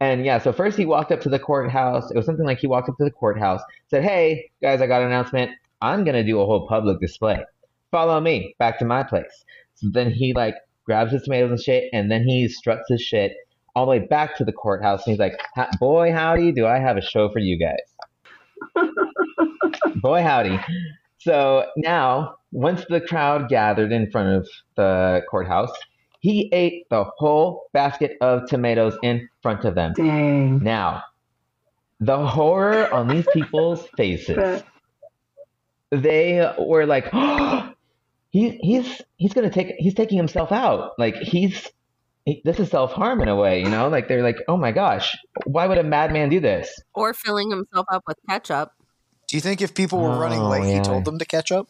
Speaker 1: And yeah, so first he walked up to the courthouse. It was something like he walked up to the courthouse, said, Hey, guys, I got an announcement. I'm going to do a whole public display. Follow me back to my place. So then he like grabs his tomatoes and shit, and then he struts his shit all the way back to the courthouse, and he's like, "Ha- "Boy, howdy, do I have a show for you guys?" Boy, howdy. So now, once the crowd gathered in front of the courthouse, he ate the whole basket of tomatoes in front of them.
Speaker 3: Dang.
Speaker 1: Now, the horror on these people's faces
Speaker 3: But
Speaker 1: they were like, he, he's he's gonna take he's taking himself out. Like he's he- this is self harm in a way, you know. Like they're like, oh my gosh, why would a madman do this?
Speaker 4: or filling himself up with ketchup.
Speaker 2: do you think if people were running
Speaker 1: Oh,
Speaker 2: late, he
Speaker 1: yeah.
Speaker 2: told them to catch up?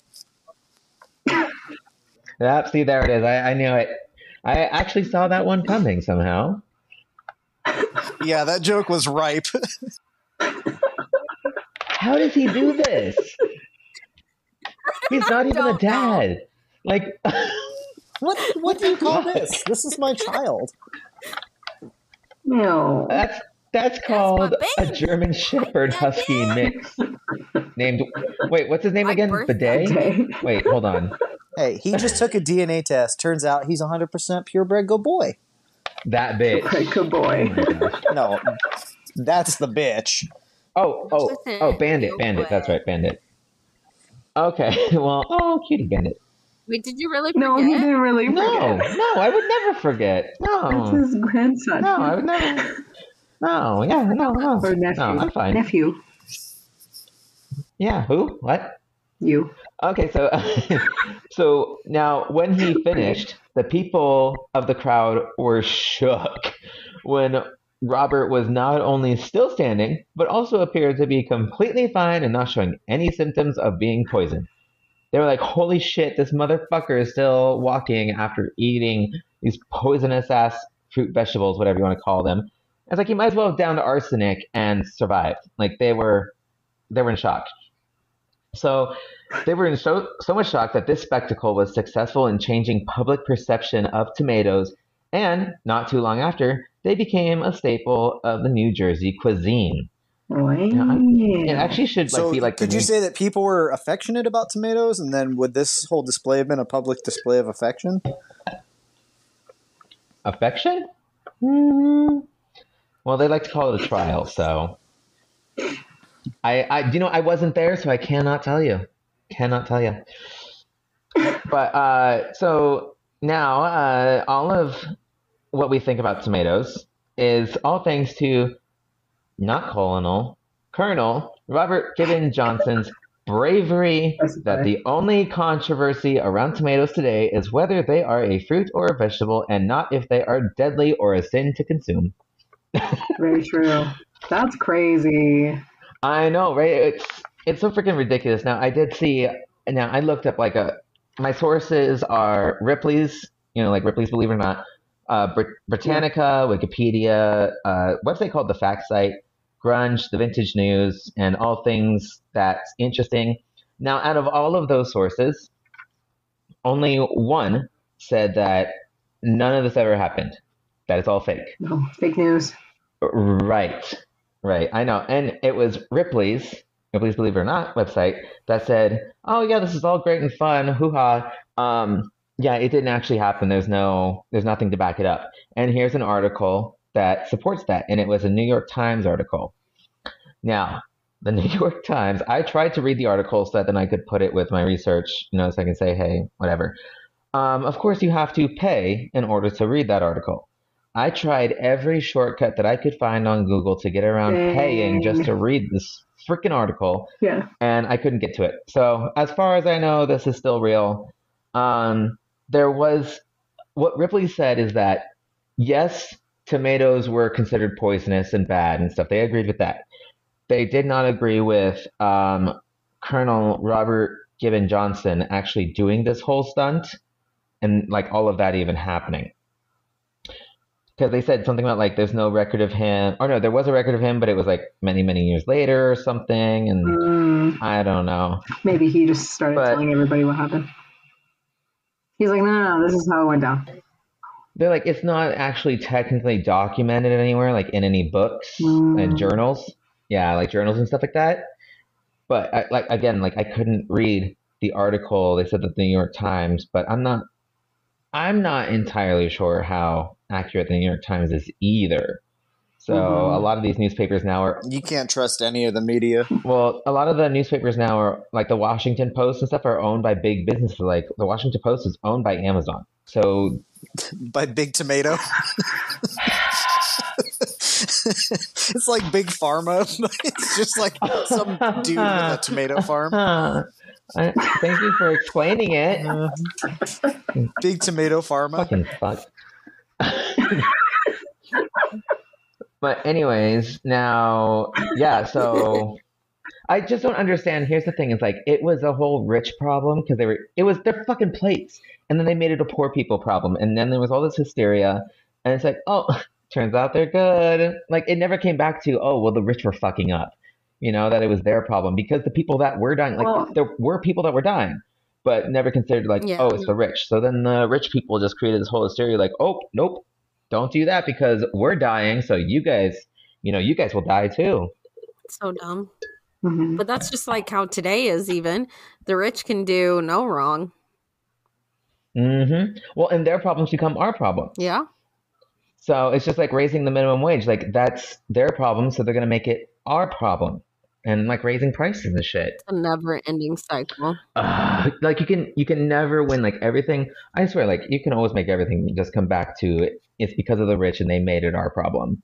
Speaker 1: Yep, see there it is. I, I knew it. I actually saw that one coming somehow.
Speaker 2: Yeah, that joke was ripe.
Speaker 1: How does he do this? He's not even a
Speaker 4: Don't know.
Speaker 1: dad. Like
Speaker 2: what? What do you call this? This is my child.
Speaker 3: no.
Speaker 1: that's that's called a
Speaker 4: baby.
Speaker 1: German Shepherd Husky mix named. Wait, what's his name
Speaker 4: My
Speaker 1: again?
Speaker 4: birthday.
Speaker 1: Bidet.
Speaker 3: Okay.
Speaker 1: Wait, hold on.
Speaker 2: Hey, he just took a DNA test. Turns out he's 100% purebred good boy.
Speaker 1: That bitch.
Speaker 3: Like, Good boy.
Speaker 2: No, that's the bitch.
Speaker 1: Oh, oh,
Speaker 4: Listen,
Speaker 1: oh, Bandit,
Speaker 4: you
Speaker 1: Bandit. That's
Speaker 4: play.
Speaker 1: right, Bandit. Okay, well, oh, cutie Bandit.
Speaker 4: Wait, did you really
Speaker 3: No, he
Speaker 4: forget?
Speaker 3: didn't really
Speaker 1: No,
Speaker 3: forget.
Speaker 1: no, I would never forget.
Speaker 3: That's
Speaker 1: No,
Speaker 3: his grandson.
Speaker 1: no, I would never. No, yeah, no, no.
Speaker 3: Or nephew.
Speaker 1: No, I'm fine.
Speaker 3: Nephew.
Speaker 1: Yeah, who? What?
Speaker 3: You.
Speaker 1: Okay, so so now when he finished, the people of the crowd were shook when Robert was not only still standing, but also appeared to be completely fine and not showing any symptoms of being poisoned. They were like, "Holy shit, this motherfucker is still walking after eating these poisonous ass fruit vegetables, whatever you want to call them." It's like he might as well have downed arsenic and survived. Like they were, they were in shock. So they were in so, so much shock that this spectacle was successful in changing public perception of tomatoes, and not too long after, they became a staple of the New Jersey cuisine.
Speaker 3: Boy.
Speaker 1: It actually should like
Speaker 2: so,
Speaker 1: be like the
Speaker 2: could you
Speaker 1: New-
Speaker 2: say that people were affectionate about tomatoes, and then would this whole display have been a public display of affection?
Speaker 1: affection?
Speaker 2: Mm-hmm.
Speaker 1: Hmm. Well, they like to call it a trial, so I, I, you know, I wasn't there, so I cannot tell you. Cannot tell you. But uh, so now, uh, all of what we think about tomatoes is all thanks to not Colonel Colonel Robert Gibbon Johnson's bravery
Speaker 3: That's
Speaker 1: that the only controversy around tomatoes today is whether they are a fruit or a vegetable and not if they are deadly or a sin to consume.
Speaker 3: Very true. That's crazy.
Speaker 1: I know, right? It's it's so freaking ridiculous. Now I did see. Now I looked up like a. My sources are Ripley's, you know, like Ripley's Believe It or Not, uh, Brit- Britannica, Wikipedia, uh, website called The Fact Site, Grunge, The Vintage News, and all things that's interesting. Now, out of all of those sources, only one said that none of this ever happened. That it's all fake.
Speaker 3: No, fake news.
Speaker 1: Right. Right. I know. And it was Ripley's the Please Believe It or Not website that said, "Oh yeah, this is all great and fun, hoo ha." Um, yeah, it didn't actually happen. There's no, there's nothing to back it up. And here's an article that supports that, and it was a New York Times article. Now, the New York Times. I tried to read the article so that then I could put it with my research, you know, so I can say, hey, whatever. Um, of course, you have to pay in order to read that article. I tried every shortcut that I could find on Google to get around
Speaker 3: Dang.
Speaker 1: paying just to read this freaking article,
Speaker 3: Yeah.
Speaker 1: and I couldn't get to it. So, as far as I know, this is still real. Um, there was what Ripley said is that yes, tomatoes were considered poisonous and bad and stuff. They agreed with that. They did not agree with um, Colonel Robert Gibbon Johnson actually doing this whole stunt and like all of that even happening. Because they said something about like there's no record of him, or no, there was a record of him, but it was like many, many years later or something, and
Speaker 3: Mm,
Speaker 1: I don't know.
Speaker 3: maybe he just started
Speaker 1: But-
Speaker 3: telling everybody what happened. He's like, no, no, no, this is how it went down.
Speaker 1: They're like, it's not actually technically documented anywhere, like in any books
Speaker 3: Mm.
Speaker 1: and journals. Yeah, like journals and stuff like that. But I, like again, like I couldn't read the article. They said that the New York Times, but I'm not. I'm not entirely sure how accurate the New York Times is either. So
Speaker 3: Mhm.
Speaker 1: a lot of these newspapers now are
Speaker 2: You can't trust any of the media.
Speaker 1: well, a lot of the newspapers now are like the Washington Post and stuff are owned by big businesses. Like the Washington Post is owned by Amazon. So
Speaker 2: by Big Tomato. it's like Big Pharma. it's just like some dude with a tomato farm.
Speaker 1: Huh. I, thank you for explaining it.
Speaker 2: Big Tomato Pharma.
Speaker 1: Fucking fuck. but anyways, now yeah, so I just don't understand. Here's the thing: it's like it was a whole rich problem because they were it was their fucking plates, and then they made it a poor people problem, and then there was all this hysteria, and it's like oh, turns out they're good. Like it never came back to oh well, the rich were fucking up. You know that it was their problem because the people that were dying, like
Speaker 3: Well-
Speaker 1: there were people that were dying, but never considered like
Speaker 4: Yeah.
Speaker 1: oh it's the rich. So then the rich people just created this whole hysteria like oh nope, don't do that because we're dying, so you guys, you know you guys will die too.
Speaker 4: so dumb.
Speaker 3: Mhm.
Speaker 4: But that's just like how today is. Even the rich can do no wrong.
Speaker 1: hmm Well, and their problems become our problem.
Speaker 4: Yeah,
Speaker 1: So it's just like raising the minimum wage. Like that's their problem, so they're gonna make it our problem, and like raising prices and shit.
Speaker 4: it's a never-ending cycle.
Speaker 1: Ugh. Uh, like you can you can never win. Like everything, I swear. Like you can always make everything just come back to it's because of the rich and they made it our problem.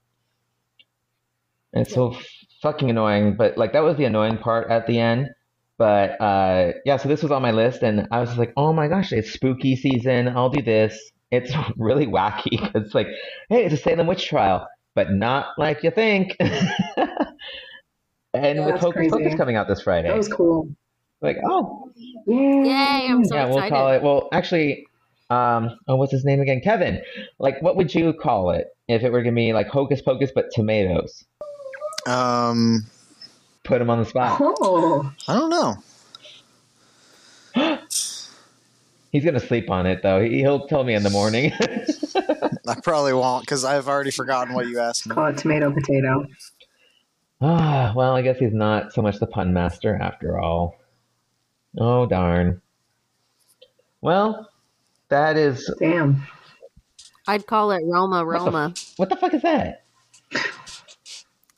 Speaker 1: And it's so fucking annoying. But like that was the annoying part at the end. But uh, yeah, so this was on my list, and I was just like, oh my gosh, it's spooky season. I'll do this. It's really wacky. 'cause It's like, hey, it's a Salem witch trial, but not like you think. and with
Speaker 3: that's
Speaker 1: Hocus Pocus
Speaker 3: crazy.
Speaker 1: coming out this Friday,
Speaker 3: That was cool.
Speaker 1: like, oh
Speaker 3: Yay.
Speaker 4: Yay! I'm so
Speaker 1: yeah, we'll
Speaker 4: excited.
Speaker 1: call it. Well, actually, um, oh, what's his name again? Kevin. Like, what would you call it if it were gonna be like Hocus Pocus but tomatoes?
Speaker 2: Um,
Speaker 1: Put him on the spot.
Speaker 3: Oh,
Speaker 2: I don't know.
Speaker 1: He's gonna sleep on it though. He, he'll tell me in the morning.
Speaker 2: I probably won't because I've already forgotten what you asked me.
Speaker 3: call it tomato potato.
Speaker 1: Ah, well, I guess he's not so much the pun master after all. Oh darn. Well, that is
Speaker 3: Damn.
Speaker 4: I'd call it Roma. Roma.
Speaker 1: what the fuck is that?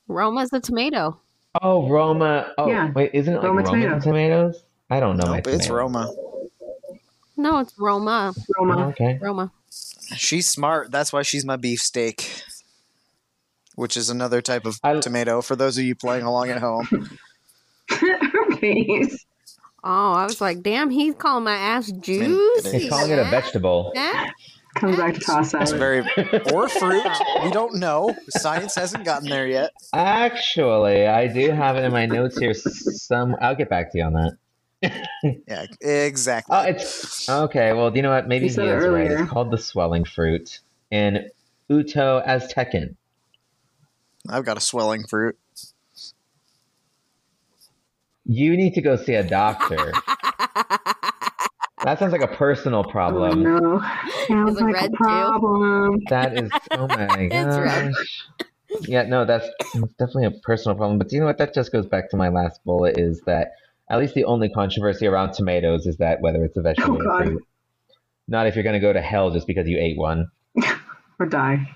Speaker 4: Roma's a tomato.
Speaker 1: Oh, Roma. Oh,
Speaker 3: Yeah.
Speaker 1: wait, isn't it like
Speaker 3: Roma
Speaker 1: Roman
Speaker 3: tomatoes.
Speaker 1: tomatoes? I don't know. my
Speaker 2: Nope, it's
Speaker 1: tomatoes.
Speaker 2: Roma.
Speaker 4: No, it's Roma.
Speaker 1: Oh,
Speaker 3: Roma.
Speaker 1: Okay.
Speaker 4: Roma.
Speaker 2: She's smart. That's why she's my beefsteak, which is another type of
Speaker 1: I-
Speaker 2: tomato for those of you playing along at home.
Speaker 3: Her face.
Speaker 4: Oh, I was like, damn, he's calling my ass juicy.
Speaker 1: He's calling it a vegetable.
Speaker 4: Yeah.
Speaker 3: Comes back to toss
Speaker 2: It's
Speaker 3: out.
Speaker 2: very or fruit. We don't know. Science hasn't gotten there yet.
Speaker 1: Actually, I do have it in my notes here. Some I'll get back to you on that.
Speaker 2: Yeah, exactly.
Speaker 1: Oh, it's okay. Well, do you know what? Maybe
Speaker 3: You
Speaker 1: he
Speaker 3: said it
Speaker 1: is right.
Speaker 3: earlier.
Speaker 1: It's called the swelling fruit in Uto Aztecan.
Speaker 2: I've got a swelling fruit.
Speaker 1: You need to go see a doctor. that sounds like a personal
Speaker 3: Oh
Speaker 1: problem.
Speaker 3: no. Sounds
Speaker 4: Is it
Speaker 3: like
Speaker 4: red
Speaker 3: a
Speaker 4: too?
Speaker 3: problem.
Speaker 1: That is oh my
Speaker 4: It's red.
Speaker 1: gosh. yeah, no, that's definitely a personal problem. But do you know what? That just goes back to my last bullet is that at least the only controversy around tomatoes is that whether it's a vegetable
Speaker 3: Oh,
Speaker 1: or
Speaker 3: God.
Speaker 1: fruit. Not if you're going to go to hell just because you ate one.
Speaker 3: or die.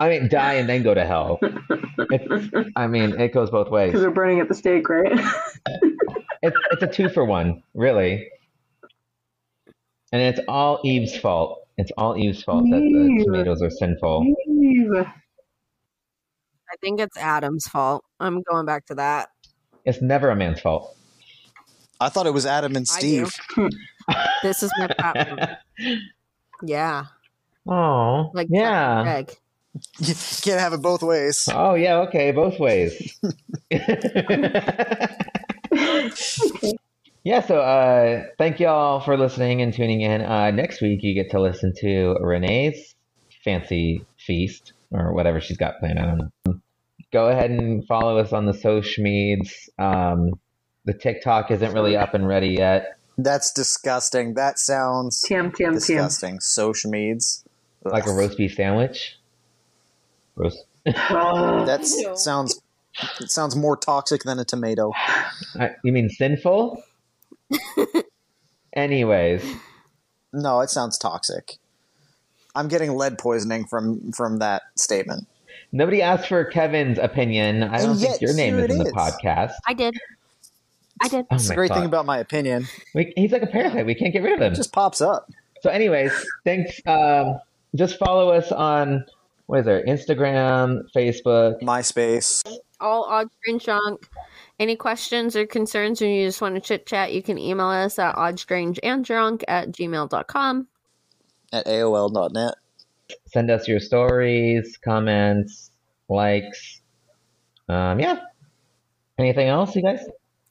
Speaker 1: I mean, die and then go to hell. It's, I mean, it goes both ways.
Speaker 3: Because we're burning at the stake, right?
Speaker 1: It's, it's a two for one, really. And it's all Eve's fault. It's all Eve's fault that the
Speaker 3: Eve.
Speaker 1: tomatoes are sinful.
Speaker 4: I think it's Adam's fault. I'm going back to that.
Speaker 1: It's never a man's fault.
Speaker 2: I thought it was Adam and
Speaker 4: I do.
Speaker 2: Steve.
Speaker 4: This is my platform. Yeah.
Speaker 1: Oh,
Speaker 4: Like
Speaker 1: yeah.
Speaker 4: Greg.
Speaker 2: You can't have it both ways.
Speaker 1: Oh yeah, okay, both ways. yeah, so uh, thank y'all for listening and tuning in. Uh, next week you get to listen to Renee's fancy feast or whatever she's got planned. I don't know. Go ahead and follow us on the social meds. Um, the TikTok isn't really up and ready yet.
Speaker 2: That's disgusting. That sounds
Speaker 3: Tam, tam, tam.
Speaker 2: disgusting. Social meds.
Speaker 1: Like a
Speaker 2: Ugh.
Speaker 1: roast beef sandwich. Roast.
Speaker 3: Oh,
Speaker 2: That sounds it sounds more toxic than a tomato.
Speaker 1: I, uh, you mean sinful? Anyways.
Speaker 2: No, it sounds toxic. I'm getting lead poisoning from from that statement.
Speaker 1: Oh Nobody asked for Kevin's opinion. I don't
Speaker 2: And
Speaker 1: think
Speaker 2: yet,
Speaker 1: your name
Speaker 2: here
Speaker 1: is in
Speaker 2: it
Speaker 1: the
Speaker 2: is.
Speaker 1: podcast.
Speaker 4: I did. I did.
Speaker 1: Oh
Speaker 2: It's
Speaker 1: my
Speaker 2: the great
Speaker 1: God.
Speaker 2: thing about my opinion.
Speaker 1: we, he's like a parasite. We can't get rid of him.
Speaker 2: It just pops up.
Speaker 1: so, anyways, thanks. Um, just follow us on what is there? Instagram, Facebook.
Speaker 2: MySpace.
Speaker 4: all odd strange junk. Any questions or concerns, or you just want to chit chat, you can email us at oddstrangeanddrunk at gmail.com.
Speaker 2: at AOL.net.
Speaker 1: Send us your stories, comments, likes. Um, yeah. Anything else, you guys?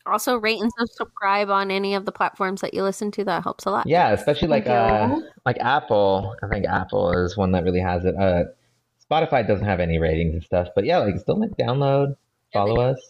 Speaker 4: Also, rate and subscribe on any of the platforms that you listen to. That helps a lot.
Speaker 1: Yeah, especially like uh,
Speaker 3: Thank you.
Speaker 1: like Apple. I think Apple is one that really has it. Uh, Spotify doesn't have any ratings and stuff, but yeah, like still like download, follow us.